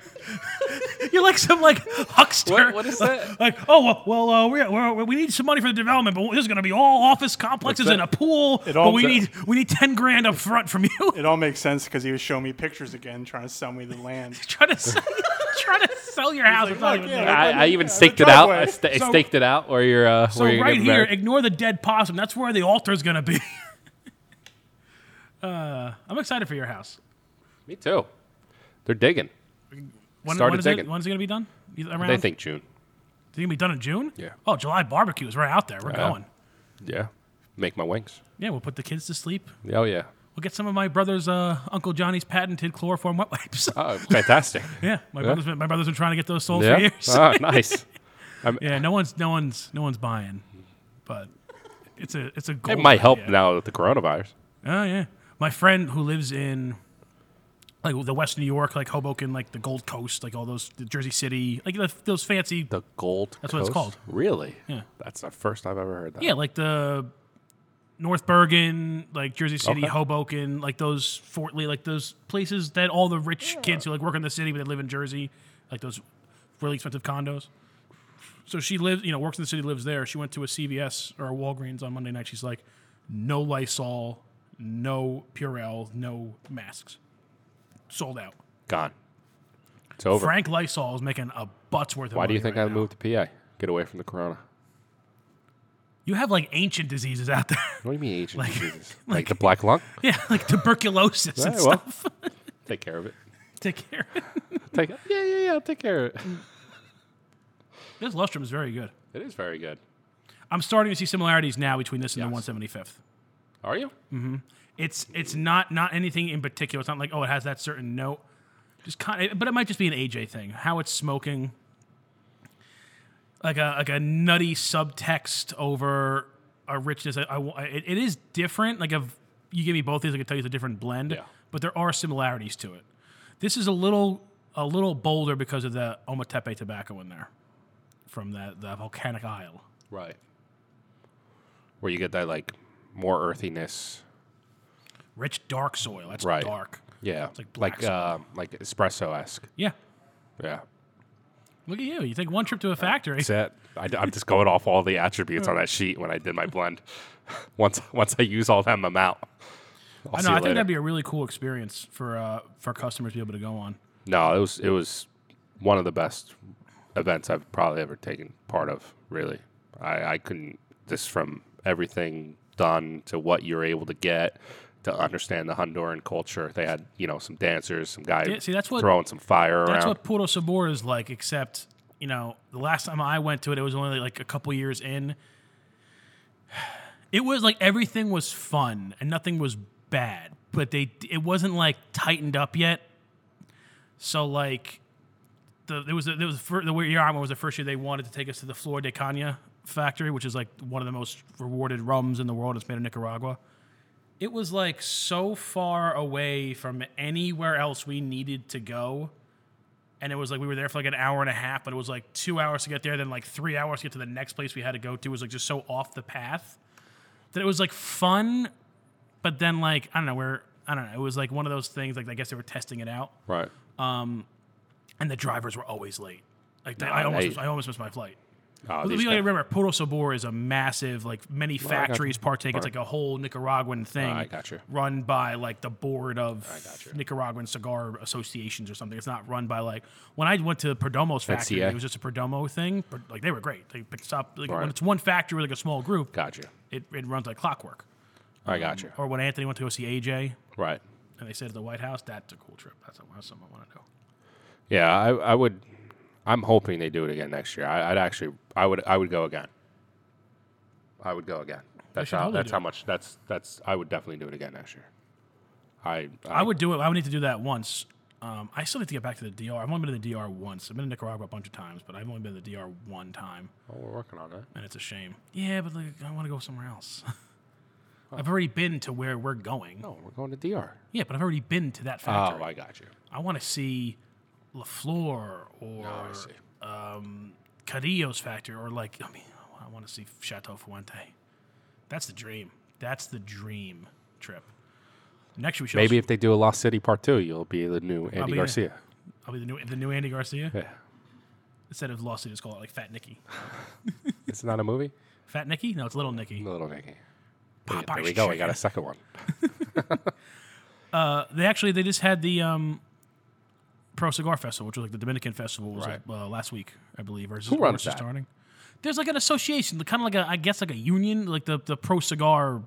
Speaker 5: You're like some like huckster.
Speaker 1: What- what is that?
Speaker 5: Like, oh well, well uh, we we're, we need some money for the development, but there's going to be all office complexes
Speaker 1: that?
Speaker 5: and a pool.
Speaker 6: all-
Speaker 5: but we need we need ten grand up front from you.
Speaker 6: it all makes sense because he was showing me pictures again, trying to sell me the land.
Speaker 5: trying to sell, trying to sell your house.
Speaker 6: like,
Speaker 5: without
Speaker 6: "Look,
Speaker 5: even
Speaker 6: yeah,
Speaker 5: knowing.
Speaker 1: I, I even staked
Speaker 6: the
Speaker 1: it out. I
Speaker 6: driveway.
Speaker 1: sta- I
Speaker 5: So-
Speaker 1: staked it out where you're. Uh,
Speaker 5: So
Speaker 1: where you're
Speaker 5: right
Speaker 1: getting
Speaker 5: here,
Speaker 1: married.
Speaker 5: ignore the dead possum. That's where the altar's going to be. uh, I'm excited for your house.
Speaker 1: me too. They're digging.
Speaker 5: When,
Speaker 1: Started
Speaker 5: when is it?
Speaker 1: digging.
Speaker 5: When's it going to be done? You- Around?
Speaker 1: They think June.
Speaker 5: Is it going to be done in June?
Speaker 1: Yeah.
Speaker 5: Oh, July barbecues. We're out there. We're going.
Speaker 1: Yeah, make my wings.
Speaker 5: Yeah, we'll put the kids to sleep.
Speaker 1: Oh yeah.
Speaker 5: We'll get some of my brother's uh, Uncle Johnny's patented chloroform wet wipes.
Speaker 1: Oh, fantastic.
Speaker 5: yeah, my brother's been, my brother's been trying to get those sold for
Speaker 1: yeah.
Speaker 5: years.
Speaker 1: Oh, nice.
Speaker 5: yeah, no one's no one's no one's buying, but it's a it's a goal.
Speaker 1: It might help now with the coronavirus.
Speaker 5: Oh yeah, my friend who lives in like the West New York, like Hoboken, like the Gold Coast, like all those the Jersey City, like the, those fancy.
Speaker 1: The Gold.
Speaker 5: That's what it's called.
Speaker 1: Really?
Speaker 5: Yeah.
Speaker 1: That's the first I've ever heard that.
Speaker 5: Yeah, like the North Bergen, like Jersey City,
Speaker 1: Okay.
Speaker 5: Hoboken, like those Fort Lee, like those places that all the rich kids who like work in the city but they live in Jersey, like those really expensive condos. So she lives, you know, works in the city, lives there. She went to a CVS or a Walgreens on Monday night. She's like, no Lysol, no Purell, no masks. Sold out.
Speaker 1: Gone. It's over.
Speaker 5: Frank Lysol is making a butt's worth of
Speaker 1: Why do you
Speaker 5: money
Speaker 1: think
Speaker 5: right
Speaker 1: I
Speaker 5: now.
Speaker 1: moved to PA? Get away from the corona.
Speaker 5: You have like ancient diseases out there.
Speaker 1: What do you mean agent diseases? Like, the black lung?
Speaker 5: yeah, like tuberculosis and
Speaker 1: Alright, well,
Speaker 5: stuff.
Speaker 1: Take care of it.
Speaker 5: Take care.
Speaker 1: Take yeah, yeah, yeah. I'll take care of it.
Speaker 5: This lustrum is very good.
Speaker 1: It is very good.
Speaker 5: I'm starting to see similarities now between this and the 175th.
Speaker 1: Are you?
Speaker 5: Mm. It's it's not not anything in particular. It's not like oh it has that certain note. Just kind of, but it might just be an AJ thing. How it's smoking, like a like a nutty subtext over a richness. I, I wa- it, it is different. Like if you give me both these, I could tell you it's a different blend.
Speaker 1: Yeah.
Speaker 5: But there are similarities to it. This is a little a little bolder because of the Ometepe tobacco in there from that the volcanic isle.
Speaker 1: Right. Where you get that like more earthiness.
Speaker 5: rich dark soil. That's
Speaker 1: Right.
Speaker 5: dark.
Speaker 1: Yeah.
Speaker 5: like black
Speaker 1: like um, like espresso esque.
Speaker 5: Yeah.
Speaker 1: Yeah.
Speaker 5: Look at you. You take one trip to a factory.
Speaker 1: That's it. I, am just going off all the attributes on that
Speaker 5: Mm.
Speaker 1: sheet when I did my blend. once once I use all them, I'm out. I'll
Speaker 5: I
Speaker 1: see
Speaker 5: know.
Speaker 1: you
Speaker 5: I think
Speaker 1: later.
Speaker 5: that'd be a really cool experience for uh, for customers to be able to go on.
Speaker 1: No, it was it was one of the best events I've probably ever taken part of. Really, I, I couldn't just from everything done to what you're able to get to understand the Honduran culture. They had you know some dancers, some guys
Speaker 5: Yeah, see, that's what-
Speaker 1: throwing some fire
Speaker 5: That's
Speaker 1: around.
Speaker 5: what Puerto Sabor is like. Except you know, the last time I went to it, it was only like a couple years in. It was like everything was fun and nothing was bad, but they it wasn't like tightened up yet. So like the there was a, there was fir- the year I went was the first year they wanted to take us to the Flor de Caña factory, which is like one of the most rewarded rums in the world. It's made in Nicaragua. It was like so far away from anywhere else we needed to go. And it was like we were there for like an hour and a half, but it was like two hours to get there, then like three hours to get to the next place we had to go to. It was like just so off the path that it was like fun, but then like I don't know where I don't know. It was like one of those things like I guess they were testing it out
Speaker 1: right.
Speaker 5: and the drivers were always late. Like they- I almost,
Speaker 1: they-
Speaker 5: I always missed my flight.
Speaker 1: Oh,
Speaker 5: But
Speaker 1: these
Speaker 5: we gotta
Speaker 1: guys-
Speaker 5: remember, Puerto Sabor is a massive, like many
Speaker 1: got you.
Speaker 5: factories partake. It's like a whole Nicaraguan thing.
Speaker 1: I got you.
Speaker 5: Run by like the board of
Speaker 1: got you.
Speaker 5: Nicaraguan cigar associations or something. It's not run by like when I went to Perdomo's factory,
Speaker 1: NCA.
Speaker 5: it was just a Perdomo thing. but, Like they were great. They picked us up. Like,
Speaker 1: Right.
Speaker 5: When it's one factory with like a small group,
Speaker 1: got you.
Speaker 5: it, it runs like clockwork.
Speaker 1: I got you.
Speaker 5: Mm. Or when Anthony went to go see AJ,
Speaker 1: Right.
Speaker 5: and they stayed at the White House. That's a cool trip. That's something I want to do.
Speaker 1: Yeah, I, I would. I'm hoping they do it again next year. I, I'd actually, I would, I would go again. I would go again. That's
Speaker 5: should
Speaker 1: how.
Speaker 5: totally
Speaker 1: That's
Speaker 5: do
Speaker 1: how
Speaker 5: it.
Speaker 1: much. That's that's. I would definitely do it again next year. I. I,
Speaker 5: I would do it. I would need to do that once. Um, I still need to get back to the DR. I've only been to the DR once. I've been to Nicaragua a bunch of times, but I've only been to the DR one time,
Speaker 1: oh, we're working on it.
Speaker 5: and it's a shame. Yeah, but like, I want to go somewhere else. I've already been to where we're going.
Speaker 1: No, Oh, we're going to DR.
Speaker 5: Yeah, but I've already been to that factory.
Speaker 1: Oh, I got you.
Speaker 5: I want to see LaFleur or
Speaker 1: Oh, I see.
Speaker 5: Cadillo's factory or like I mean I want to see Chateau Fuente. That's the dream. That's the dream trip. Next year we should
Speaker 1: Maybe
Speaker 5: also-
Speaker 1: if they do a Lost City Part Two, you'll be the new Andy
Speaker 5: be-
Speaker 1: Garcia.
Speaker 5: I'll be the new the new Andy Garcia
Speaker 1: Yeah.
Speaker 5: instead of Lost City, just call it like Fat Nicky.
Speaker 1: It's not a movie.
Speaker 5: Fat Nicky? No, it's Little Nicky. Ah,
Speaker 1: Little Nicky.
Speaker 5: Popeye's
Speaker 1: there we go. We
Speaker 5: chicken.
Speaker 1: got a second one.
Speaker 5: Uh, they actually they just had the um, Pro Cigar Festival, which was like the Dominican festival, was
Speaker 1: Right.
Speaker 5: like, uh, last week I believe. Or is
Speaker 1: Who
Speaker 5: this-
Speaker 1: runs
Speaker 5: or is this
Speaker 1: that?
Speaker 5: Starting. There's like an association, kind of like a I guess like a union, like the the Pro Cigar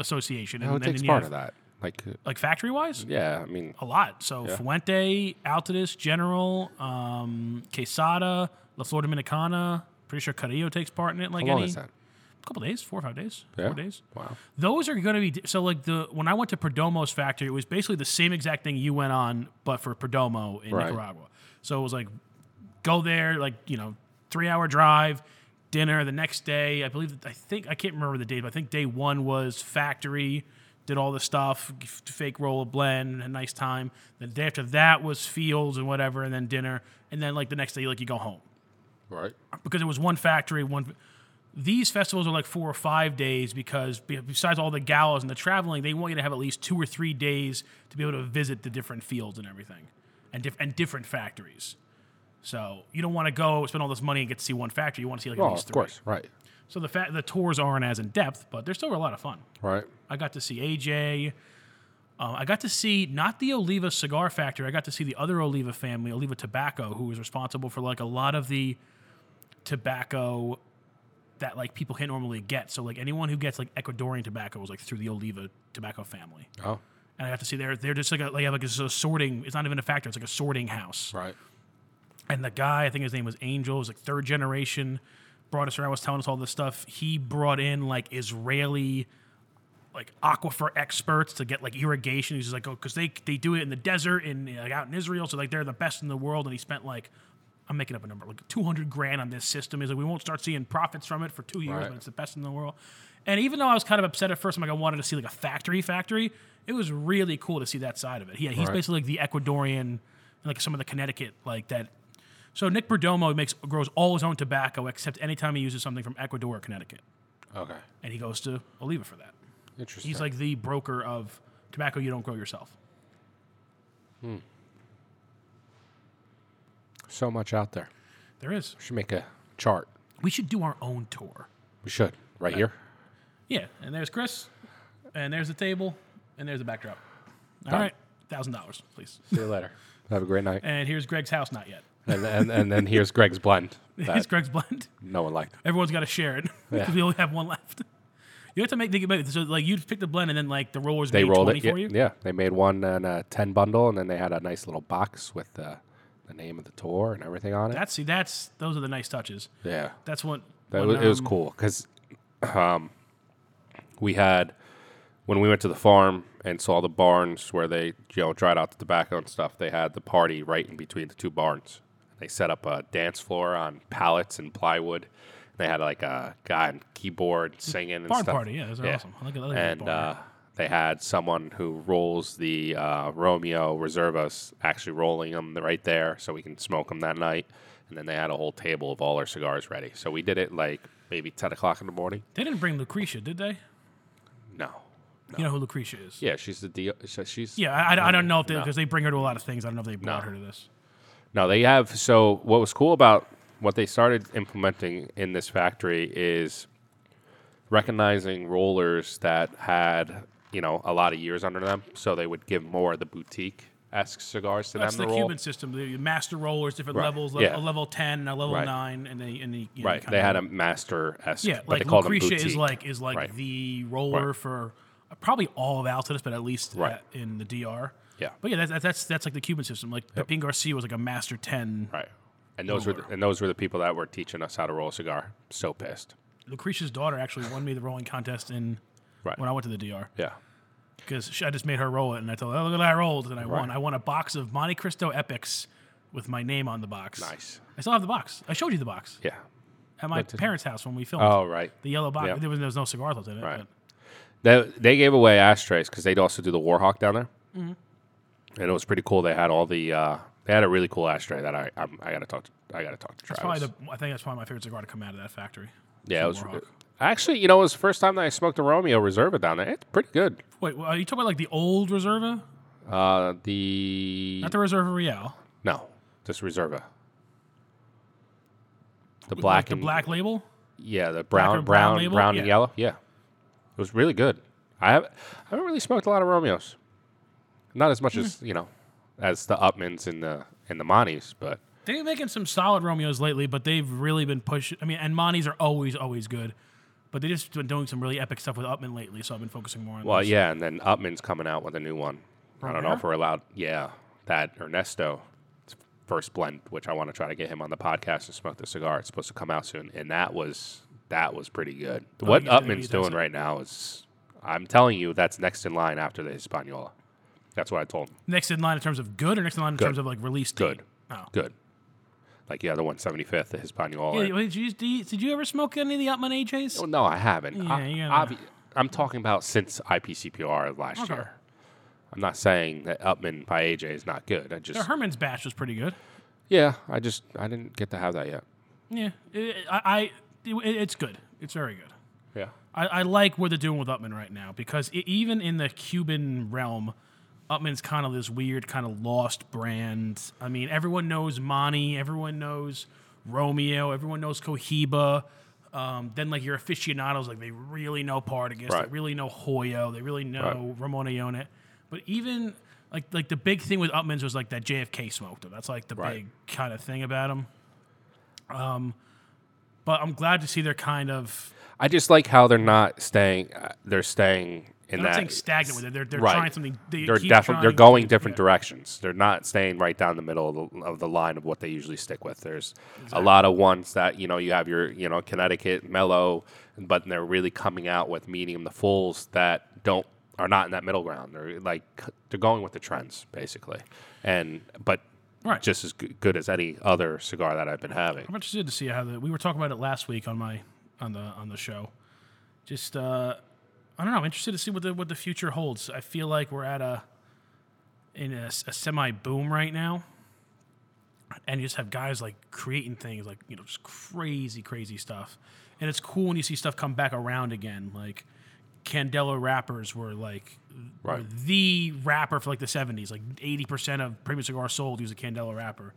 Speaker 5: Association.
Speaker 1: Who Oh, takes
Speaker 5: you
Speaker 1: part
Speaker 5: have-
Speaker 1: of that? Like, uh,
Speaker 5: Like factory wise,
Speaker 1: yeah. I mean,
Speaker 5: a lot. So Fuente, Altadis, General, um, Quesada, La Flor Dominicana. Pretty sure Carrillo takes part in it. Like
Speaker 1: how long
Speaker 5: any
Speaker 1: is that?
Speaker 5: couple days, four or five days,
Speaker 1: Yeah?
Speaker 5: four days.
Speaker 1: Wow.
Speaker 5: Those are going to be di- so like the when I went to Perdomo's factory, it was basically the same exact thing you went on, but for Perdomo in
Speaker 1: Right.
Speaker 5: Nicaragua. So it was like go there, like you know, three hour drive, dinner the next day. I believe I think I can't remember the date, but I think day one was factory. Did all the stuff, f- fake roll a blend, a nice time. The day after that was fields and whatever, and then dinner, and then like the next day, like you go home
Speaker 1: Right.
Speaker 5: because it was one factory, one. These festivals are like four or five days because be- besides all the galas and the traveling, they want you to have at least two or three days to be able to visit the different fields and everything, and diff- and different factories. So you don't want to go spend all this money and get to see one factory. You want to see like at
Speaker 1: Oh,
Speaker 5: least
Speaker 1: of
Speaker 5: three.
Speaker 1: course. Right.
Speaker 5: So the fa- the tours aren't as in depth, but they're still a lot of fun.
Speaker 1: Right.
Speaker 5: I got to see AJ. Uh, I got to see not the Oliva Cigar Factory. I got to see the other Oliva family, Oliva Tobacco, who was responsible for like a lot of the tobacco that like people can't normally get. So like anyone who gets like Ecuadorian tobacco was like through the Oliva Tobacco family.
Speaker 1: Oh.
Speaker 5: And I got to see they're they're just like a, like, have, like it's a sorting. It's not even a factory. It's like a sorting house.
Speaker 1: Right.
Speaker 5: And the guy, I think his name was Angel, was like third generation, brought us around, was telling us all this stuff. He brought in like Israeli like aquifer experts to get like irrigation. He's just like, oh, because they they do it in the desert and like out in Israel, so like they're the best in the world. And he spent like I'm making up a number, like 200 grand on this system. He's like, we won't start seeing profits from it for two years,
Speaker 1: Right.
Speaker 5: but it's the best in the world. And even though I was kind of upset at first, I'm like, I wanted to see like a factory factory. It was really cool to see that side of it. Yeah, he's
Speaker 1: Right.
Speaker 5: basically like the Ecuadorian, like some of the Connecticut, like that. So Nick Perdomo makes grows all his own tobacco, except anytime he uses something from Ecuador or Connecticut,
Speaker 1: Okay.
Speaker 5: and he goes to Oliva for that.
Speaker 1: Interesting.
Speaker 5: He's like the broker of tobacco you don't grow yourself.
Speaker 1: so much out there.
Speaker 5: There is.
Speaker 1: We should make a chart.
Speaker 5: We should do our own tour.
Speaker 1: We should. Right here.
Speaker 5: Yeah, and there's Chris, and there's the table, and there's the backdrop. All
Speaker 1: Done.
Speaker 5: right, thousand dollars, please.
Speaker 1: See you later. Have a great night.
Speaker 5: And here's Greg's house, not yet.
Speaker 1: and, and, and then here's Greg's blend
Speaker 5: Here's
Speaker 1: that
Speaker 5: Greg's blend.
Speaker 1: no one liked.
Speaker 5: Everyone's got to share it 'cause
Speaker 1: Yeah.
Speaker 5: we only have one left. You have to make the so like you pick the blend and then like the rollers
Speaker 1: They
Speaker 5: made
Speaker 1: rolled
Speaker 5: twenty
Speaker 1: it. Yeah,
Speaker 5: for you.
Speaker 1: yeah. They made one in a 10 bundle, and then they had a nice little box with the, the name of the tour and everything on it.
Speaker 5: That's see, that's those are the nice touches.
Speaker 1: yeah.
Speaker 5: That's what
Speaker 1: That
Speaker 5: when,
Speaker 1: was, it was
Speaker 5: um,
Speaker 1: cool because um, we had when we went to the farm and saw the barns where they you know dried out the tobacco and stuff. They had the party right in between the two barns. They set up a dance floor on pallets and plywood. They had like a guy on keyboard singing and
Speaker 5: Barn
Speaker 1: stuff.
Speaker 5: party, yeah, those are awesome. I like- I like a good
Speaker 1: and
Speaker 5: barn,
Speaker 1: uh, they had someone who rolls the uh, Romeo Reservas actually rolling them right there so we can smoke them that night. And then they had a whole table of all our cigars ready. So we did it like maybe 10 o'clock in the morning.
Speaker 5: They didn't bring Lucretia, did they?
Speaker 1: No.
Speaker 5: You know who Lucretia is?
Speaker 1: Yeah, she's the deal. so She's
Speaker 5: Yeah, I, I- I don't know if they because they bring her to a lot of things. I don't know if they brought
Speaker 1: No.
Speaker 5: her to this.
Speaker 1: No, they have. So what was cool about what they started implementing in this factory is recognizing rollers that had you know a lot of years under them, so they would give more of the boutique esque cigars to
Speaker 5: That's
Speaker 1: them
Speaker 5: the
Speaker 1: to roll.
Speaker 5: Cuban system. The master rollers, different
Speaker 1: Right,
Speaker 5: levels, level,
Speaker 1: yeah.
Speaker 5: a level ten, and a level
Speaker 1: Right.
Speaker 5: nine, and they and they, you know,
Speaker 1: right,
Speaker 5: kinda-
Speaker 1: they had a master esque.
Speaker 5: yeah.
Speaker 1: but
Speaker 5: Like
Speaker 1: they called them
Speaker 5: Lucretia is
Speaker 1: boutique.
Speaker 5: like is like
Speaker 1: Right.
Speaker 5: the roller
Speaker 1: Right.
Speaker 5: for uh, probably all of Altadis, but at least uh,
Speaker 1: Right.
Speaker 5: in the DR.
Speaker 1: Yeah.
Speaker 5: But yeah, that's that's that's, that's like the Cuban system. Like Pepin Garcia was like a master ten.
Speaker 1: Right. And those were the, and those were the people that were teaching us how to roll a cigar. So pissed.
Speaker 5: Lucretia's daughter actually won me the rolling contest in
Speaker 1: Right.
Speaker 5: when I went to the DR
Speaker 1: yeah.
Speaker 5: because I just made her roll it, and I told her, "Oh, look at what I rolled," and I won. I won a box of Monte Cristo Epics with my name on the box.
Speaker 1: Nice.
Speaker 5: I still have the box. I showed you the box
Speaker 1: Yeah.
Speaker 5: at my parents' house when we filmed.
Speaker 1: Oh right.
Speaker 5: The yellow box.
Speaker 1: Yeah.
Speaker 5: There, was, there was no cigar left in it.
Speaker 1: Right.
Speaker 5: But
Speaker 1: They they gave away ashtrays because they'd also do the Warhawk down there,
Speaker 5: Mm-hmm.
Speaker 1: and it was pretty cool. They had all the uh, they had a really cool ashtray that I I'm, I gotta talk to, I gotta talk to
Speaker 5: that's
Speaker 1: Travis.
Speaker 5: probably the, I think that's probably my favorite cigar to come out of that factory.
Speaker 1: yeah, it was
Speaker 5: Warhawk.
Speaker 1: actually you know it was the first time that I smoked a Romeo Reserva down there. It's pretty good.
Speaker 5: Wait, well, are you talking about like the old Reserva?
Speaker 1: Uh, the
Speaker 5: Not the Reserva Real.
Speaker 1: no, just Reserva. The
Speaker 5: Like
Speaker 1: black
Speaker 5: the
Speaker 1: and
Speaker 5: black label?
Speaker 1: Yeah, the
Speaker 5: or
Speaker 1: brown,
Speaker 5: brown
Speaker 1: brown, brown,
Speaker 5: label?
Speaker 1: and
Speaker 5: Yeah.
Speaker 1: yellow. Yeah, it was really good. I have, I haven't really smoked a lot of Romeos, not as much
Speaker 5: Hmm.
Speaker 1: as you know, as the Upmans and the and the Monties, but
Speaker 5: They've been making some solid Romeos lately, but they've really been pushing. I mean, and Monties are always, always good. But they just been doing some really epic stuff with Upman lately, so I've been focusing more on
Speaker 1: well,
Speaker 5: those.
Speaker 1: yeah. And then Upman's coming out with a new one. I don't know if
Speaker 5: Romero?
Speaker 1: we're allowed. Yeah, that Ernesto it's first blend, which I want to try to get him on the podcast and smoke the cigar. It's supposed to come out soon, and that was that was pretty good. what
Speaker 5: Oh, he's doing-
Speaker 1: Upman's
Speaker 5: he's
Speaker 1: doing
Speaker 5: doing something.
Speaker 1: right now is, I'm telling you, that's next in line after the Hispaniola. That's what I told him.
Speaker 5: Next in line in terms of good or next in line in terms of like release date?
Speaker 1: Good.
Speaker 5: Oh.
Speaker 1: Good. Like yeah, the one seventy fifth, the Hispaniola.
Speaker 5: Yeah, wait, did, you, did you- did you ever smoke any of the Upman AJs?
Speaker 1: Oh, no, I haven't. I,
Speaker 5: Yeah, you gotta-
Speaker 1: obvi- I'm talking about since IPCPR last
Speaker 5: Okay.
Speaker 1: year. I'm not saying that Upman by AJ is not good. I
Speaker 5: The
Speaker 1: just
Speaker 5: Herman's batch was pretty good.
Speaker 1: yeah, I just I didn't get to have that yet.
Speaker 5: Yeah, it, I, I it, it's good. It's very good.
Speaker 1: Yeah,
Speaker 5: I, I like what they're doing with Upman right now because e- even in the Cuban realm, Upman's kind of this weird, kind of lost brand. I mean, everyone knows Monty, everyone knows Romeo, everyone knows Cohiba. Um, then, like your aficionados, like they really know Partagas, they
Speaker 1: Right.
Speaker 5: really know Hoyo, they really know
Speaker 1: Right.
Speaker 5: Ramon Ione. But even like like the big thing with Upman's was like that JFK smoked him. That's like the
Speaker 1: Right.
Speaker 5: big kind of thing about him. Um, but I'm glad to see they're kind of
Speaker 1: I just like how they're not staying. Uh, they're staying in
Speaker 5: I'm
Speaker 1: that.
Speaker 5: not saying stagnant with it. They're, they're
Speaker 1: right.
Speaker 5: trying something. They
Speaker 1: They're
Speaker 5: keep
Speaker 1: definitely they're
Speaker 5: trying-
Speaker 1: going different
Speaker 5: yeah.
Speaker 1: directions. They're not staying right down the middle of the, of the line of what they usually stick with. There's a lot of ones that you know you have your you know Connecticut mellow, but they're really coming out with medium the fulls that don't are not in that middle ground. They're like they're going with the trends basically, and but
Speaker 5: Right.
Speaker 1: just as g- good as any other cigar that I've been having.
Speaker 5: I'm interested to see how the we were talking about it last week on my on the on the show. Just uh, I don't know. I'm interested to see what the what the future holds. I feel like we're at a in a, semi boom right now, and you just have guys like creating things like you know just crazy crazy stuff, and it's cool when you see stuff come back around again. Like Candela rappers were like
Speaker 1: Right.
Speaker 5: were the rapper for like the 70s. Like 80% of premium cigars sold use a Candela wrapper.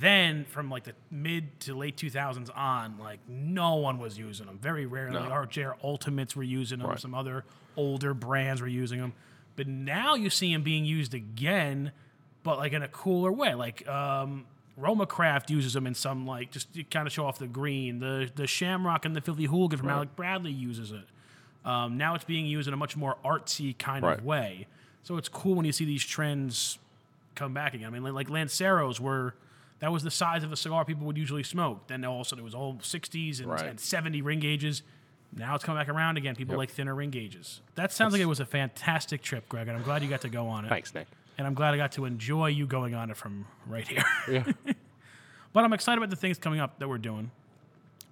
Speaker 5: Then from like the mid to late 2000s on, like no one was using them. Very rarely.
Speaker 1: No.
Speaker 5: RJR Ultimates were using them.
Speaker 1: Right.
Speaker 5: Some other older brands were using them. But now you see them being used again, but like in a cooler way. Like um, Roma Craft uses them in some like just to kind of show off the green. The the Shamrock and the Filthy Hooligan from Alec Bradley uses it. Um, now it's being used in a much more artsy kind
Speaker 1: Right.
Speaker 5: of way. So it's cool when you see these trends come back again. I mean, like Lanceros were that was the size of a cigar people would usually smoke. Then all of a sudden it was all 60s and,
Speaker 1: Right.
Speaker 5: and 70 ring gauges. Now it's coming back around again. People like thinner ring gauges. That sounds like it was a fantastic trip, Greg, and I'm glad you got to go on it.
Speaker 1: Thanks, Nick.
Speaker 5: And I'm glad I got to enjoy you going on it from right here. but I'm excited about the things coming up that we're doing.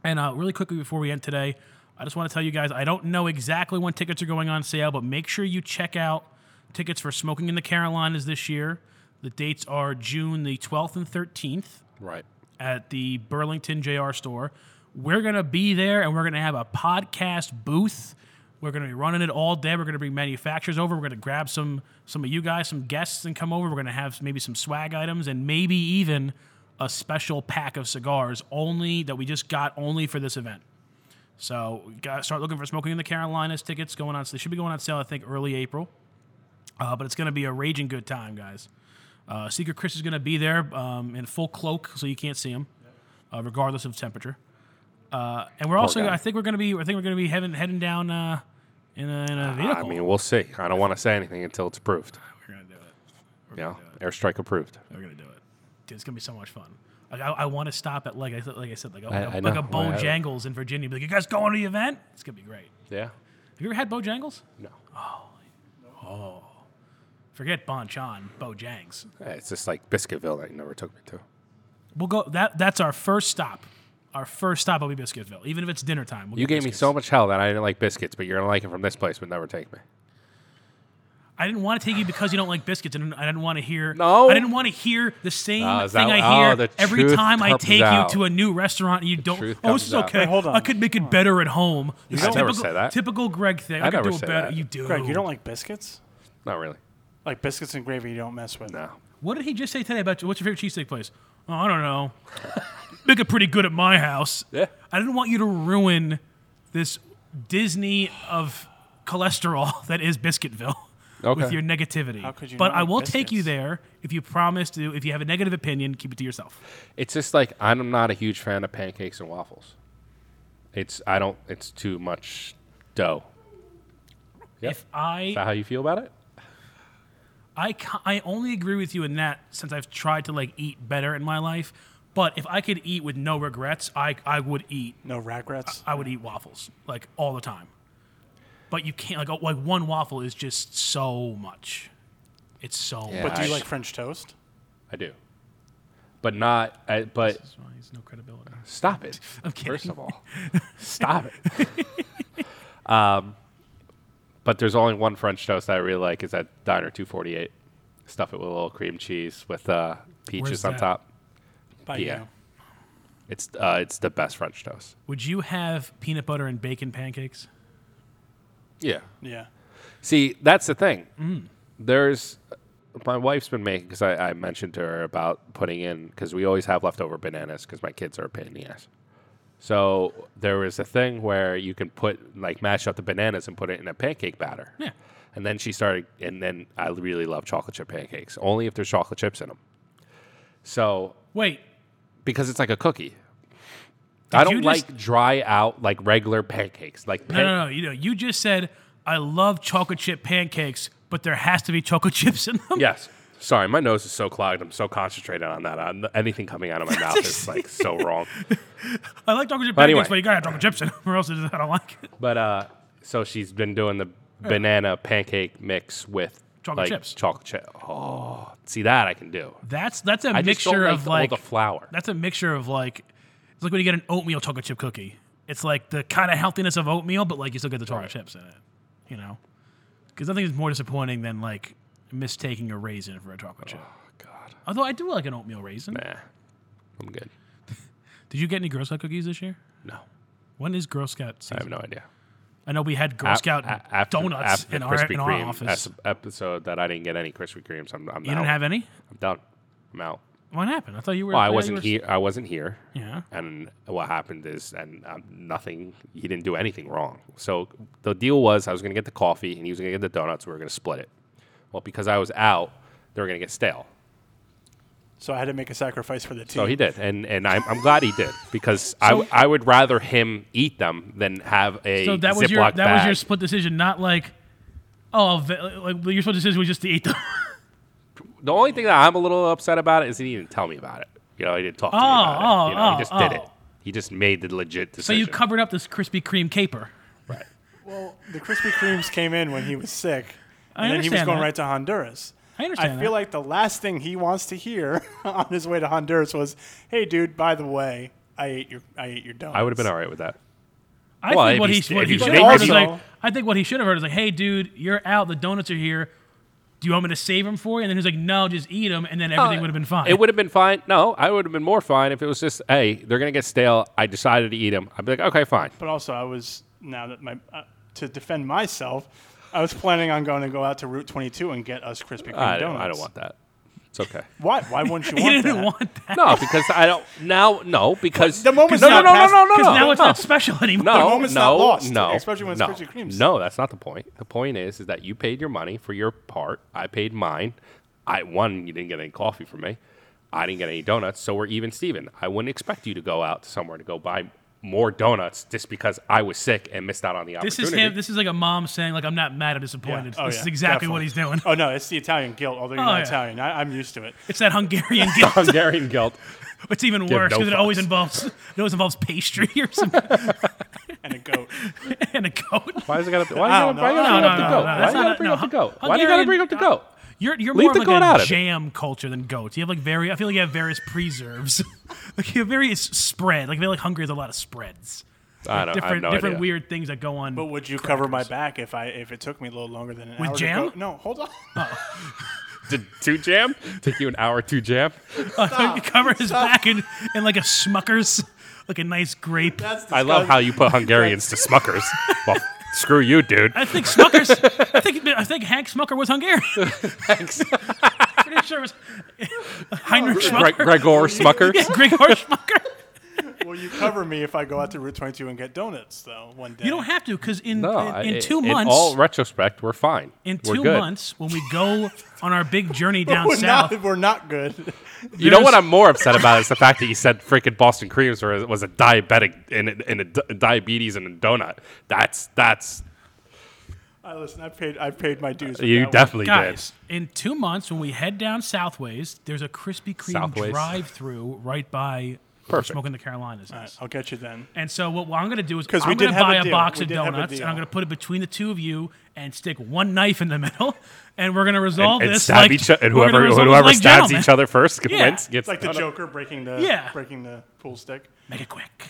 Speaker 5: And uh, really quickly before we end today, I just want to tell you guys I don't know exactly when tickets are going on sale, but make sure you check out tickets for Smoking in the Carolinas this year. The dates are June the 12th and 13th
Speaker 1: Right.
Speaker 5: at the Burlington JR store. We're going to be there and we're going to have a podcast booth. We're going to be running it all day. We're going to bring manufacturers over. We're going to grab some some of you guys, some guests and come over. We're going to have maybe some swag items and maybe even a special pack of cigars only that we just got only for this event. So, we gotta start looking for Smoking in the Carolinas tickets going on. So they should be going on sale I think early April. Uh, but it's going to be a raging good time, guys. Uh, Secret Chris is going to be there um, in full cloak, so you can't see him, uh, regardless of temperature. Uh, and we're also,
Speaker 1: guy.
Speaker 5: I think we're going to be, I think we're going to be heading, heading down uh, in a, in a vehicle.
Speaker 1: I mean, we'll see. I don't want to say anything until it's approved.
Speaker 5: we're gonna do it.
Speaker 1: Yeah, airstrike approved.
Speaker 5: We're gonna do it. Dude, it's gonna be so much fun. Like I, I want to stop at like I said, like I said, like a,
Speaker 1: I-
Speaker 5: like
Speaker 1: I
Speaker 5: a-
Speaker 1: know.
Speaker 5: like a
Speaker 1: Why, I-
Speaker 5: Bojangles in Virginia. Be like, you guys going to the event? It's gonna be great.
Speaker 1: Yeah.
Speaker 5: Have you ever had Bojangles? Oh.
Speaker 1: No.
Speaker 5: Forget Bonchon, Bojangs.
Speaker 1: It's just like Biscuitville that you never took me to.
Speaker 5: We'll go. That that's our first stop. Our first stop will be Biscuitville, even if it's dinner time. We'll
Speaker 1: You
Speaker 5: get
Speaker 1: gave me
Speaker 5: biscuits.
Speaker 1: so much hell that I didn't like biscuits, but you're gonna like it from this place, but never take me.
Speaker 5: I didn't want to take you because you don't like biscuits, and I didn't want to hear.
Speaker 1: No.
Speaker 5: I didn't want to hear the same
Speaker 1: Ah, is
Speaker 5: thing
Speaker 1: that-
Speaker 5: I
Speaker 1: oh,
Speaker 5: hear
Speaker 1: the
Speaker 5: every
Speaker 1: truth
Speaker 5: time I
Speaker 1: comes
Speaker 5: take
Speaker 1: out.
Speaker 5: you to a new restaurant. and You don't.
Speaker 1: truth
Speaker 5: oh, this is
Speaker 1: comes out.
Speaker 5: okay.
Speaker 6: Wait, hold on.
Speaker 5: I could make it better at home. This
Speaker 1: I
Speaker 5: is
Speaker 1: never
Speaker 5: typical,
Speaker 1: say that.
Speaker 5: Typical Greg thing. I,
Speaker 1: I
Speaker 5: could
Speaker 1: never
Speaker 5: do it
Speaker 1: say
Speaker 5: better.
Speaker 1: that.
Speaker 5: You do.
Speaker 6: Greg, you don't like biscuits?
Speaker 1: Not really.
Speaker 6: Like biscuits and gravy, you don't mess with.
Speaker 1: No.
Speaker 5: What did he just say today about what's your favorite cheesesteak place? Oh, I don't know. Make it pretty good at my house.
Speaker 1: Yeah.
Speaker 5: I didn't want you to ruin this Disney of cholesterol that is Biscuitville with
Speaker 1: Okay.
Speaker 5: your negativity. How
Speaker 6: could you
Speaker 5: but
Speaker 6: not
Speaker 5: I
Speaker 6: like
Speaker 5: will take you
Speaker 6: biscuits?
Speaker 5: there if you promise to. If you have a negative opinion, keep it to yourself.
Speaker 1: It's just like I'm not a huge fan of pancakes and waffles. It's I don't. It's too much dough. Yep.
Speaker 5: If I
Speaker 1: Is that how you feel about it?
Speaker 5: I, ca- I only agree with you in that since I've tried to like eat better in my life. But if I could eat with no regrets, I I would eat
Speaker 6: No regrets.
Speaker 5: I would eat waffles like all the time. But you can't like oh, like one waffle is just so much. It's so
Speaker 1: Yeah.
Speaker 5: much.
Speaker 6: Do you
Speaker 1: I-
Speaker 6: like French toast?
Speaker 1: I do. But not. I, but
Speaker 5: That's why it's no credibility.
Speaker 1: stop it.
Speaker 5: I'm kidding.
Speaker 1: First of all, stop it. um, but there's only one French toast that I really like. Is that Diner 248? Stuff it with a little cream cheese with uh, peaches
Speaker 5: Where's
Speaker 1: on
Speaker 5: that?
Speaker 1: top.
Speaker 6: By
Speaker 1: Yeah. It's uh, it's the best French toast.
Speaker 5: Would you have peanut butter and bacon pancakes?
Speaker 1: Yeah.
Speaker 6: you. Yeah.
Speaker 1: See, that's the thing.
Speaker 5: Mm.
Speaker 1: There's my wife's been making because I, I mentioned to her about putting in because we always have leftover bananas because my kids are a pain in the ass. So there was a thing where you can put like mash up the bananas and put it in a pancake batter.
Speaker 5: Yeah.
Speaker 1: And then she started, and then I really love chocolate chip pancakes only if there's chocolate chips in them. So
Speaker 5: Wait,
Speaker 1: because it's like a cookie. I
Speaker 5: you
Speaker 1: don't
Speaker 5: just-
Speaker 1: like dry out like regular pancakes. Like
Speaker 5: no, no, no. You know, you just said I love chocolate chip pancakes, but there has to be chocolate chips in them.
Speaker 1: Yes. Sorry, my nose is so clogged. I'm so concentrated on that. On anything coming out of my mouth is like so wrong.
Speaker 5: I like chocolate chip
Speaker 1: But
Speaker 5: pancakes,
Speaker 1: anyway.
Speaker 5: but you gotta have chocolate chips in them, or else I don't like it.
Speaker 1: But uh, so she's been doing the banana pancake mix with
Speaker 5: Chocolate
Speaker 1: like,
Speaker 5: chips.
Speaker 1: Chocolate chip. Oh, see that I can do.
Speaker 5: That's that's a
Speaker 1: I just don't
Speaker 5: mixture
Speaker 1: like,
Speaker 5: of like
Speaker 1: all the flour.
Speaker 5: That's a mixture of like it's like when you get an oatmeal chocolate chip cookie. It's like the kind of healthiness of oatmeal, but like you still get the chocolate chips in it. You know, because nothing is more disappointing than like mistaking a raisin for a chocolate chip.
Speaker 1: Oh, God,
Speaker 5: Although I do like an oatmeal raisin.
Speaker 1: nah, I'm good.
Speaker 5: Did you get any Girl Scout cookies this year?
Speaker 1: No,
Speaker 5: When is Girl Scout
Speaker 1: I
Speaker 5: season?
Speaker 1: have no idea.
Speaker 5: I know we had Girl Scout
Speaker 1: A- a- after-
Speaker 5: donuts
Speaker 1: after
Speaker 5: in
Speaker 1: the
Speaker 5: our,
Speaker 1: Krispy
Speaker 5: in our
Speaker 1: Kreme
Speaker 5: office.
Speaker 1: es- episode that I didn't get any Krispy Kremes. I'm, I'm
Speaker 5: You don't
Speaker 1: out.
Speaker 5: have any?
Speaker 1: I'm done. I'm out.
Speaker 5: What happened? I thought you were.
Speaker 1: Well,
Speaker 5: thought
Speaker 1: I
Speaker 5: you
Speaker 1: wasn't
Speaker 5: were-
Speaker 1: here. I wasn't here.
Speaker 5: Yeah.
Speaker 1: And what happened is, and um, nothing. He didn't do anything wrong. So the deal was, I was going to get the coffee, and he was going to get the donuts. We were going to split it. Well, because I was out, they were going to get stale.
Speaker 6: So I had to make a sacrifice for the team.
Speaker 1: So he did, and and I'm, I'm glad he did because I w- I would rather him eat them than have a
Speaker 5: So that was
Speaker 1: Ziploc
Speaker 5: your that was your
Speaker 1: bag.
Speaker 5: split decision, not like oh ve- like your split decision was just to eat them.
Speaker 1: the only thing that I'm a little upset about is he didn't tell me about it. You know, he didn't talk to me about
Speaker 5: Oh,
Speaker 1: it. You know,
Speaker 5: oh,
Speaker 1: he just
Speaker 5: oh,
Speaker 1: did
Speaker 5: oh.
Speaker 1: it. He just made the legit
Speaker 5: so
Speaker 1: decision.
Speaker 5: you covered up this Krispy Kreme caper.
Speaker 6: Well, the Krispy Kremes came in when he was sick,
Speaker 5: I
Speaker 6: and then he was
Speaker 5: understand
Speaker 6: going
Speaker 5: that.
Speaker 6: right to Honduras.
Speaker 5: I understand
Speaker 6: I
Speaker 5: that.
Speaker 6: feel like the last thing he wants to hear on his way to Honduras was, "Hey, dude, by the way, I ate your I ate your donuts."
Speaker 1: I would have been all right with that.
Speaker 5: I
Speaker 1: Well,
Speaker 5: think
Speaker 1: if
Speaker 5: what
Speaker 1: he's-
Speaker 5: he, what
Speaker 1: if
Speaker 5: he
Speaker 1: he's
Speaker 5: should have heard is
Speaker 6: making-
Speaker 5: like, I think what he should have heard is like, hey, dude, you're out. The donuts are here. Do you want me to save them for you? And then he's like, no, just eat them, and then everything would have been fine.
Speaker 1: It would have been fine. No, I would have been more fine if it was just, hey, they're gonna get stale. I decided to eat them. I'd be like, okay, fine.
Speaker 6: But also, I was now that my uh, to defend myself, I was planning on going to go out to Route 22 and get us Krispy Kreme
Speaker 1: I don't,
Speaker 6: donuts.
Speaker 1: I don't want that. It's okay.
Speaker 6: Why? Why wouldn't you
Speaker 5: he
Speaker 6: want
Speaker 5: didn't
Speaker 6: that?
Speaker 5: want that
Speaker 1: no, because I don't now. No, because
Speaker 6: The moment's
Speaker 1: no, no,
Speaker 6: not
Speaker 1: no,
Speaker 6: past-
Speaker 1: no, no, no,
Speaker 5: because
Speaker 1: no.
Speaker 5: now it's
Speaker 1: no.
Speaker 5: not special anymore.
Speaker 1: No,
Speaker 6: moment's
Speaker 1: no,
Speaker 6: not lost,
Speaker 1: no,
Speaker 6: especially when it's
Speaker 1: no,
Speaker 6: Krispy Kremes.
Speaker 1: No, that's not the point. The point is, is that you paid your money for your part. I paid mine. I one, you didn't get any coffee from me. I didn't get any donuts, so we're even, Steven. I wouldn't expect you to go out somewhere to go buy more donuts just because I was sick and missed out on the
Speaker 5: This
Speaker 1: opportunity.
Speaker 5: is him. This is like a mom saying, "Like I'm not mad or disappointed.
Speaker 6: Oh,
Speaker 5: this
Speaker 6: yeah,
Speaker 5: is exactly what he's
Speaker 6: definitely.
Speaker 5: doing.
Speaker 6: Oh no, it's the Italian guilt. Although you're
Speaker 5: Oh,
Speaker 6: not
Speaker 5: yeah.
Speaker 6: Italian, I, I'm used to it.
Speaker 5: It's that Hungarian guilt.
Speaker 1: Hungarian guilt.
Speaker 5: It's even worse
Speaker 1: no
Speaker 5: because it always
Speaker 1: fucks.
Speaker 5: involves it always involves pastry or something
Speaker 6: And a goat.
Speaker 5: and a goat.
Speaker 1: Why is it gotta? Why
Speaker 6: I
Speaker 1: you
Speaker 6: don't
Speaker 1: gotta, why you
Speaker 6: know.
Speaker 1: gotta
Speaker 5: Oh, No,
Speaker 1: bring
Speaker 5: no,
Speaker 1: up the goat?
Speaker 5: no,
Speaker 1: Why you
Speaker 5: that's
Speaker 1: gotta
Speaker 5: not-
Speaker 1: bring
Speaker 5: no,
Speaker 1: up the goat? Why do you gotta
Speaker 5: Hungarian-
Speaker 1: bring up the goat?
Speaker 5: You're you're
Speaker 1: Leave
Speaker 5: more of
Speaker 1: the
Speaker 5: like
Speaker 1: goat
Speaker 5: a
Speaker 1: out of it.
Speaker 5: jam culture than goats. You have like very I feel like you have various preserves. like you have various spread. Like I feel like Hungary has a lot of spreads.
Speaker 1: I don't. I have
Speaker 5: Different
Speaker 1: no
Speaker 5: different
Speaker 1: idea.
Speaker 5: weird things that go on.
Speaker 6: But would you cover my back if I if it took me a little longer than an hour? to
Speaker 5: jam?
Speaker 6: go- No, hold on.
Speaker 1: Did two jam? Take you an hour to jam?
Speaker 5: you cover his back in, in like a Smucker's, like a nice grape.
Speaker 6: That's
Speaker 1: I love
Speaker 6: disgusting.
Speaker 1: how you put Hungarians to Smuckers. Well, screw you, dude.
Speaker 5: I think Smucker's. I think I think Hank Smucker was Hungarian. Pretty sure it was Heinrich
Speaker 1: Gre-
Speaker 5: Smucker.
Speaker 1: Gregor Smuckers.
Speaker 5: Gregor Smucker.
Speaker 6: Will you cover me if I go out to Route 22 and get donuts though one day?
Speaker 5: You don't have to because in
Speaker 1: No, I-
Speaker 5: in, in two
Speaker 1: in
Speaker 5: months.
Speaker 1: all retrospect, we're fine.
Speaker 5: in
Speaker 1: we're
Speaker 5: 2
Speaker 1: good.
Speaker 5: months, when we go on our big journey down
Speaker 6: We're
Speaker 5: south,
Speaker 6: not. We're not good.
Speaker 1: You know
Speaker 5: There's-
Speaker 1: what I'm more upset about is the fact that you said freaking Boston creams were, was a diabetic and a, and a di- diabetes and a donut. That's that's
Speaker 6: I Uh, listen. I paid. I paid my dues. with
Speaker 1: you
Speaker 6: that one.
Speaker 1: definitely
Speaker 5: guys, in two months, when we head down Southways, there's a Krispy Kreme
Speaker 1: Southways.
Speaker 5: drive-through right by where
Speaker 1: Perfect.
Speaker 5: Smoking the Carolinas. is.
Speaker 6: I'll get you then.
Speaker 5: And so what I'm going to do is
Speaker 6: 'Cause
Speaker 5: I'm
Speaker 6: we
Speaker 5: going
Speaker 6: did
Speaker 5: to
Speaker 6: have
Speaker 5: buy
Speaker 6: a
Speaker 5: a
Speaker 6: deal.
Speaker 5: box
Speaker 6: We
Speaker 5: of
Speaker 6: did have a
Speaker 5: donuts and
Speaker 6: deal.
Speaker 5: I'm going to put it between the two of you and stick one knife in the middle and we're going to
Speaker 1: did.
Speaker 5: resolve
Speaker 1: And, and
Speaker 5: this
Speaker 1: stab
Speaker 5: like
Speaker 1: each other, and
Speaker 5: we're gonna
Speaker 1: whoever
Speaker 5: resolve
Speaker 1: whoever
Speaker 5: this like
Speaker 1: stabs
Speaker 5: gentlemen.
Speaker 1: each other first
Speaker 5: Yeah.
Speaker 1: wins gets
Speaker 6: It's like the
Speaker 1: donut.
Speaker 6: Joker breaking the
Speaker 5: Yeah.
Speaker 6: breaking the pool stick.
Speaker 5: Make it quick.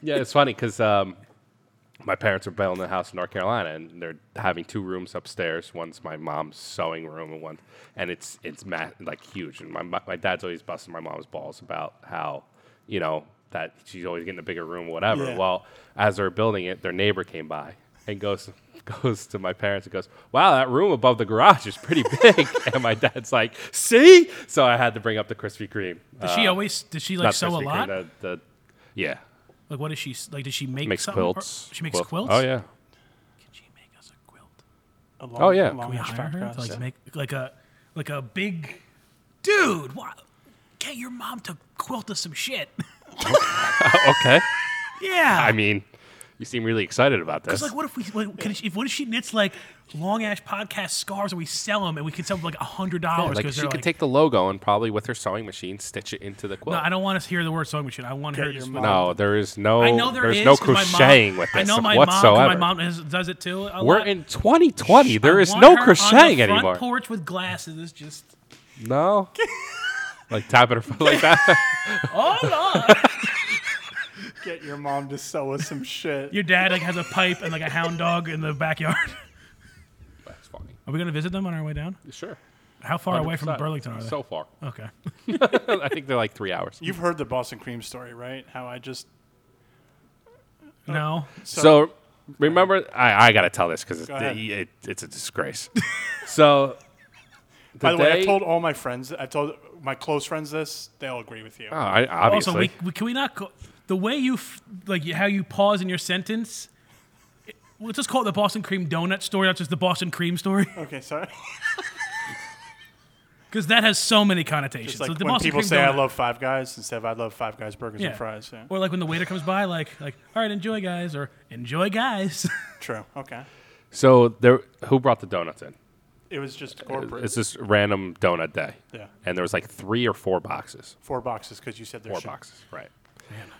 Speaker 1: Yeah, it's funny because um, my parents are building a house in North Carolina, and they're having two rooms upstairs. One's my mom's sewing room, and one, and it's it's ma- like huge. And my my my dad's always busting my mom's balls about how you know that she's always getting a bigger room, whatever.
Speaker 6: Yeah.
Speaker 1: Well, as they're building it, their neighbor came by and goes. Goes to my parents and goes, "Wow, that room above the garage is pretty big." and my dad's like, "See?" So I had to bring up the Krispy Kreme.
Speaker 5: Does
Speaker 1: Uh,
Speaker 5: she always does she like
Speaker 1: not
Speaker 5: sew
Speaker 1: Krispy
Speaker 5: a
Speaker 1: Kreme,
Speaker 5: lot?
Speaker 1: the- the- yeah,
Speaker 5: Like what is she like does she make
Speaker 1: makes
Speaker 5: something? Or-
Speaker 1: quilts.
Speaker 5: She makes
Speaker 1: Quilt-
Speaker 5: quilts?
Speaker 1: Oh yeah,
Speaker 5: Can she make us a quilt?
Speaker 6: A long-
Speaker 1: Oh, yeah.
Speaker 6: long
Speaker 5: We
Speaker 6: hash
Speaker 5: hire her
Speaker 6: brown
Speaker 5: to like
Speaker 6: crust.
Speaker 5: make like a like a big dude. Why, get your mom to quilt us some shit.
Speaker 1: Okay.
Speaker 5: yeah.
Speaker 1: I mean, you seem really excited about this.
Speaker 5: It's like, what if we? What, can she, if, what if she knits like long ash podcast scarves and we sell them and we can sell them for like a hundred dollars?
Speaker 1: Like,
Speaker 5: because
Speaker 1: she
Speaker 5: they're
Speaker 1: could
Speaker 5: like,
Speaker 1: take the logo and probably with her sewing machine stitch it into the quilt.
Speaker 5: no, I don't want to hear the word sewing machine. I want to hear
Speaker 6: your
Speaker 5: just.
Speaker 6: mom-
Speaker 1: No, there is no.
Speaker 5: I know there
Speaker 1: there's
Speaker 5: is,
Speaker 1: no
Speaker 5: 'cause my mom-
Speaker 1: crocheting with this
Speaker 5: I know my
Speaker 1: whatsoever.
Speaker 5: mom. 'cause My mom has, does it too. a
Speaker 1: We're
Speaker 5: lot.
Speaker 1: in 2020. There
Speaker 5: I
Speaker 1: is
Speaker 5: want
Speaker 1: no
Speaker 5: her
Speaker 1: crocheting
Speaker 5: on the front
Speaker 1: anymore.
Speaker 5: Porch with glasses, just
Speaker 1: No. like tapping her foot like that.
Speaker 5: oh no.
Speaker 6: Get your mom to sew us some shit.
Speaker 5: Your dad like has a pipe and like a hound dog in the backyard.
Speaker 1: That's funny.
Speaker 5: Are we gonna visit them on our way down?
Speaker 1: Sure.
Speaker 5: How far away from Burlington are they?
Speaker 1: So far,
Speaker 5: okay.
Speaker 1: I think they're like three hours.
Speaker 6: You've heard the Boston cream story, right? How I just
Speaker 5: No.
Speaker 1: So remember, I, I got to tell this because
Speaker 6: Go ahead.
Speaker 1: it, it's a disgrace. so.
Speaker 6: By the way,
Speaker 1: day-
Speaker 6: I've told all my friends, I've told my close friends this. They all agree with you.
Speaker 1: Oh, I, obviously.
Speaker 5: Also, we, we, can we not go, the way you f- like how you pause in your sentence? it- Let's just call it the Boston cream donut story. That's just the Boston cream story
Speaker 6: Okay, sorry. because
Speaker 5: because that has so many connotations.
Speaker 6: It's like
Speaker 5: so the
Speaker 6: when
Speaker 5: Boston
Speaker 6: people
Speaker 5: cream
Speaker 6: say
Speaker 5: donut,
Speaker 6: I love Five Guys instead of I love Five Guys burgers and fries. Yeah.
Speaker 5: Or like when the waiter comes by, like like all right, enjoy guys, or enjoy guys.
Speaker 6: True. Okay.
Speaker 1: so there, who brought the donuts in?
Speaker 6: It was just corporate.
Speaker 1: It's this random donut day.
Speaker 6: Yeah.
Speaker 1: And there was like three or four boxes.
Speaker 6: four boxes because you said there's
Speaker 1: Four
Speaker 6: shit.
Speaker 1: boxes. Right.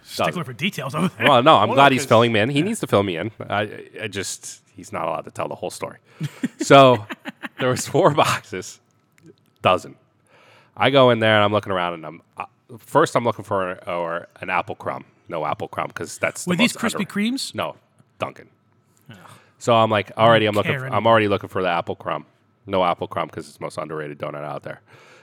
Speaker 5: Stickler for details over there.
Speaker 1: Well, no, I'm
Speaker 6: Well,
Speaker 1: glad
Speaker 6: no,
Speaker 1: he's
Speaker 6: 'cause-
Speaker 1: filling me in. He needs to fill me in. I, I just, he's not allowed to tell the whole story. So there was four boxes, dozen. I go in there and I'm looking around and I'm, uh, first I'm looking for an, or an apple crumb. No apple crumb because that's the
Speaker 5: Were these
Speaker 1: most under-
Speaker 5: Krispy Kremes?
Speaker 1: No, Duncan. So I'm like already I'm looking
Speaker 5: care
Speaker 1: for, I'm
Speaker 5: anymore.
Speaker 1: already looking for the apple crumb. No apple crumb because it's the most underrated donut out there.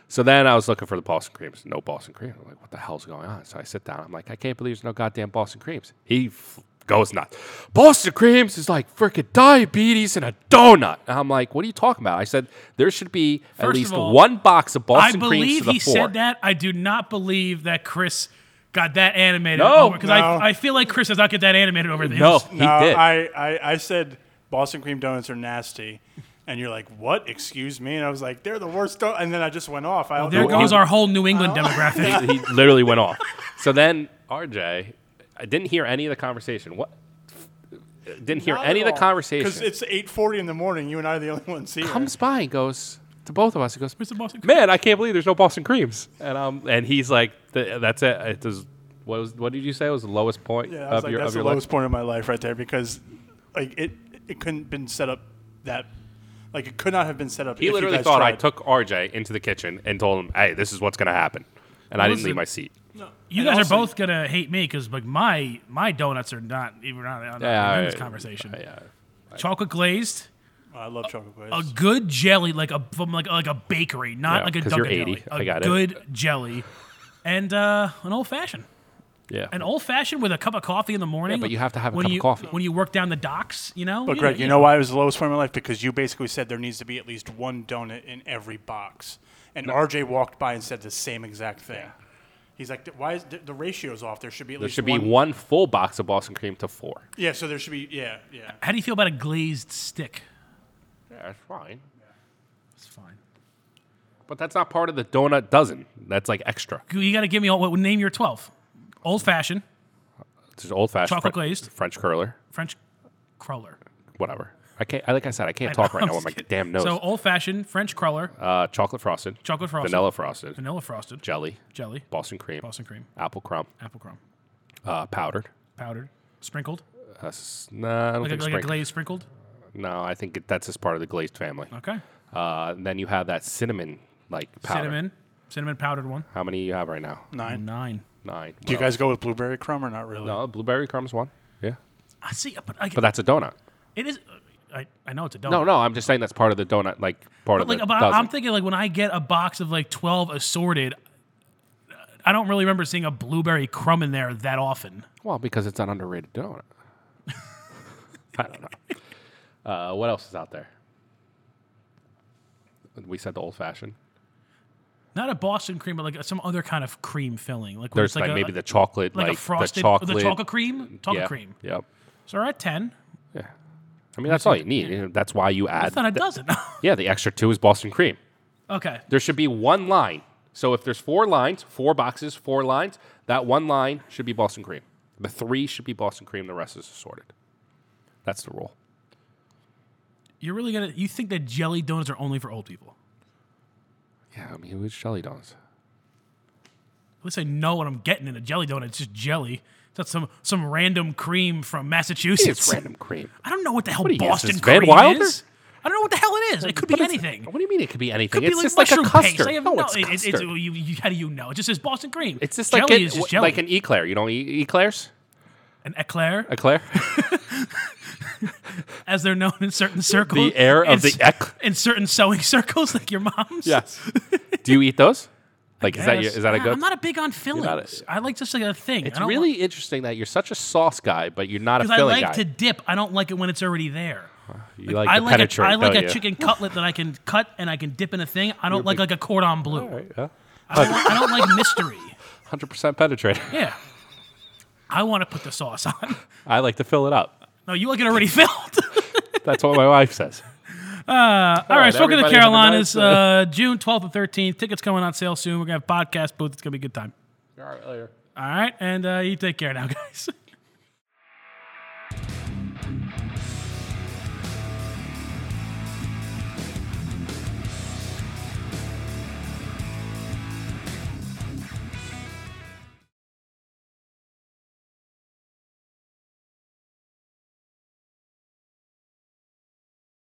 Speaker 1: So then I was looking for the Boston creams. No Boston cream. I'm like, what the hell's going on? So I sit down. I'm like, I can't believe there's no goddamn Boston creams. He f- goes nuts. Boston creams is like freaking diabetes and a donut. And I'm like, what are you talking about? I said there should be at
Speaker 5: First of
Speaker 1: least
Speaker 5: all,
Speaker 1: one box of
Speaker 5: I
Speaker 1: Boston creams
Speaker 5: believe
Speaker 1: to the
Speaker 5: he
Speaker 1: four.
Speaker 5: said that. I do not believe that Chris got that animated.
Speaker 1: No,
Speaker 5: because
Speaker 6: no.
Speaker 5: I, I feel like Chris does not get that animated over there.
Speaker 1: No, he
Speaker 6: No,
Speaker 1: did.
Speaker 6: I, I, I said Boston cream donuts are nasty. And you're like, what? Excuse me? And I was like, they're the worst. Do-. And then I just went off. I
Speaker 5: There
Speaker 1: Well,
Speaker 5: goes
Speaker 1: he-
Speaker 5: our whole New England demographic.
Speaker 1: he literally went off. So then RJ I didn't hear any of the conversation. What? Didn't hear
Speaker 6: Not
Speaker 1: any
Speaker 6: at
Speaker 1: of the
Speaker 6: all.
Speaker 1: conversation.
Speaker 6: Because it's 8.40 in the morning. You and I are the only ones here.
Speaker 1: comes by and goes to both of us. He goes,
Speaker 5: Where's the Boston cream?
Speaker 1: "Man, I can't believe there's no Boston creams." And um, and he's like, "Th- "That's it. It was, what was what did you say was the lowest point
Speaker 6: yeah, I was
Speaker 1: of
Speaker 6: like,
Speaker 1: your
Speaker 6: that's
Speaker 1: of your
Speaker 6: the
Speaker 1: life?"
Speaker 6: lowest point of my life right there because like it it couldn't been set up that like it could not have been set up.
Speaker 1: He
Speaker 6: if you
Speaker 1: literally
Speaker 6: guys
Speaker 1: thought I
Speaker 6: tried.
Speaker 1: took RJ into the kitchen and told him, "Hey, this is what's gonna happen," and I didn't
Speaker 5: Listen.
Speaker 1: leave my seat.
Speaker 5: You
Speaker 6: And
Speaker 5: guys
Speaker 6: also-
Speaker 5: are both gonna hate me because like my my donuts are not even not, not
Speaker 1: Yeah,
Speaker 5: in this
Speaker 1: I-
Speaker 5: conversation.
Speaker 1: Yeah,
Speaker 5: Chocolate glazed,
Speaker 6: I love chocolate glaze.
Speaker 5: a good jelly like a from like like a bakery, not
Speaker 1: Yeah,
Speaker 5: like a
Speaker 1: 'cause
Speaker 5: Dunkin'
Speaker 1: you're
Speaker 5: Jelly.
Speaker 1: 80.
Speaker 5: A
Speaker 1: I got it.
Speaker 5: good jelly, and uh, an old fashioned.
Speaker 1: yeah.
Speaker 5: An old fashioned with a cup of coffee in the morning.
Speaker 1: but you have to have a
Speaker 5: when
Speaker 1: cup of
Speaker 5: you,
Speaker 1: coffee.
Speaker 5: when you work down the docks. You know.
Speaker 6: but Greg, you know why it was the lowest point of my life? Because you basically said there needs to be at least one donut in every box, and RJ walked by and said the same exact thing. He's like, why is the, the ratio's off? There should be at
Speaker 1: there
Speaker 6: least
Speaker 1: should be
Speaker 6: one.
Speaker 1: one full box of Boston cream to four.
Speaker 6: Yeah, so there should be. Yeah, yeah.
Speaker 5: How do you feel about a glazed stick?
Speaker 1: Yeah, that's fine.
Speaker 5: It's fine.
Speaker 1: But that's not part of the donut dozen. That's like extra.
Speaker 5: You- You got to give me all. What name your twelve? Old fashioned
Speaker 1: It's old fashioned
Speaker 5: Chocolate glazed.
Speaker 1: French curler,
Speaker 5: French cruller.
Speaker 1: whatever. I can't. I- Like I said, I can't talk right now with my damn nose.
Speaker 5: So old fashioned French cruller,
Speaker 1: Uh, chocolate frosted.
Speaker 5: Chocolate frosted.
Speaker 1: Vanilla frosted.
Speaker 5: vanilla frosted,
Speaker 1: Jelly.
Speaker 5: jelly,
Speaker 1: Boston cream.
Speaker 5: Boston cream,
Speaker 1: Apple crumb.
Speaker 5: apple crumb,
Speaker 1: Uh, powdered.
Speaker 5: powdered, sprinkled,
Speaker 1: Uh, s- nah, I don't
Speaker 5: like, a,
Speaker 1: think
Speaker 5: like a
Speaker 1: spring.
Speaker 5: glaze sprinkled.
Speaker 1: no, I think it, that's just part of the glazed family.
Speaker 5: Okay.
Speaker 1: Uh, and then you have that cinnamon like powder.
Speaker 5: Cinnamon, Mm. cinnamon powdered one.
Speaker 1: How many you have right now?
Speaker 6: Nine.
Speaker 5: Nine.
Speaker 1: Nine.
Speaker 6: Do you guys go with blueberry crumb or not really?
Speaker 1: No, blueberry crumbs one. Yeah,
Speaker 5: I see, uh, but, I,
Speaker 1: but that's a donut.
Speaker 5: it is. uh, I, I know it's a donut.
Speaker 1: No, no, I'm just saying that's part of the donut, like part
Speaker 5: But
Speaker 1: of the
Speaker 5: like, about,
Speaker 1: dozen.
Speaker 5: I'm thinking like when I get a box of like twelve assorted, I don't really remember seeing a blueberry crumb in there that often.
Speaker 1: Well, because it's an underrated donut. I don't know. Uh, what else is out there? We said the old fashioned.
Speaker 5: Not a Boston cream, but like some other kind of cream filling. Like where
Speaker 1: There's
Speaker 5: it's
Speaker 1: like,
Speaker 5: like, a,
Speaker 1: maybe the chocolate,
Speaker 5: like,
Speaker 1: like,
Speaker 5: a frosted
Speaker 1: the
Speaker 5: or
Speaker 1: chocolate,
Speaker 5: the chocolate cream, chocolate
Speaker 1: yeah,
Speaker 5: cream.
Speaker 1: Yep.
Speaker 5: So we're at ten.
Speaker 1: I mean, that's all you need. You know, That's why you add.
Speaker 5: That's not a dozen.
Speaker 1: yeah, the extra two is Boston cream.
Speaker 5: okay.
Speaker 1: There should be one line. So if there's four lines, four boxes, four lines, that one line should be Boston cream. The three should be Boston cream. The rest is assorted. That's the rule.
Speaker 5: You're really gonna you think that jelly donuts are only for old people?
Speaker 1: Yeah, I mean, it was jelly donuts.
Speaker 5: At least I know what I'm getting in a jelly donut. It's just jelly. It's not some some random cream from Massachusetts.
Speaker 1: It's random cream.
Speaker 5: I don't know what the hell
Speaker 1: What are you, is
Speaker 5: Boston
Speaker 1: this Van
Speaker 5: cream
Speaker 1: Wilder?
Speaker 5: is. I don't know what the hell it is. It could be
Speaker 1: But it's-
Speaker 5: anything.
Speaker 1: What do you mean it could be anything?
Speaker 5: Could
Speaker 1: it's
Speaker 5: be like
Speaker 1: just like a
Speaker 5: mushroom
Speaker 1: custard.
Speaker 5: paste. I have
Speaker 1: no,
Speaker 5: no,
Speaker 1: it's
Speaker 5: it- it-
Speaker 1: custard.
Speaker 5: it's, you, you, how do you know? It just says Boston cream.
Speaker 1: It's just
Speaker 5: jelly
Speaker 1: like, an,
Speaker 5: is just
Speaker 1: wh-
Speaker 5: jelly.
Speaker 1: like an eclair. You don't eat eclairs?
Speaker 5: an eclair,
Speaker 1: Eclair?
Speaker 5: as they're known in certain circles.
Speaker 1: The heir of
Speaker 5: in
Speaker 1: the
Speaker 5: s-
Speaker 1: ec-
Speaker 5: in certain sewing circles, like your mom's.
Speaker 1: yes. do you eat those? Like, is that, your,
Speaker 5: Yes.
Speaker 1: is that a
Speaker 5: Yeah,
Speaker 1: good?
Speaker 5: I'm not a big on fillings. I like just like a thing.
Speaker 1: it's really interesting that you're such a sauce guy, but you're not a
Speaker 5: because I
Speaker 1: filling
Speaker 5: like
Speaker 1: guy.
Speaker 5: to dip. I don't like it when it's already there.
Speaker 1: you like,
Speaker 5: I
Speaker 1: to
Speaker 5: like a,
Speaker 1: penetrate,
Speaker 5: I like
Speaker 1: don't
Speaker 5: a
Speaker 1: you?
Speaker 5: chicken cutlet that I can cut and I can dip in a thing. I don't like like a cordon bleu.
Speaker 1: All right, yeah.
Speaker 5: I, don't, I don't like mystery.
Speaker 1: 100% penetrator.
Speaker 5: Yeah, I want to put the sauce on.
Speaker 1: I like to fill it up.
Speaker 5: No, you like it already filled.
Speaker 1: That's what my wife says.
Speaker 5: Uh, All right,
Speaker 1: right,
Speaker 5: spoken of
Speaker 1: everybody
Speaker 5: the
Speaker 1: have a
Speaker 5: Carolinas,
Speaker 1: nice,
Speaker 5: uh, June twelfth and thirteenth. Tickets coming on sale soon. We're gonna have a podcast booth. It's gonna be a good time.
Speaker 1: All right, later.
Speaker 5: All right, and uh, you take care now, guys.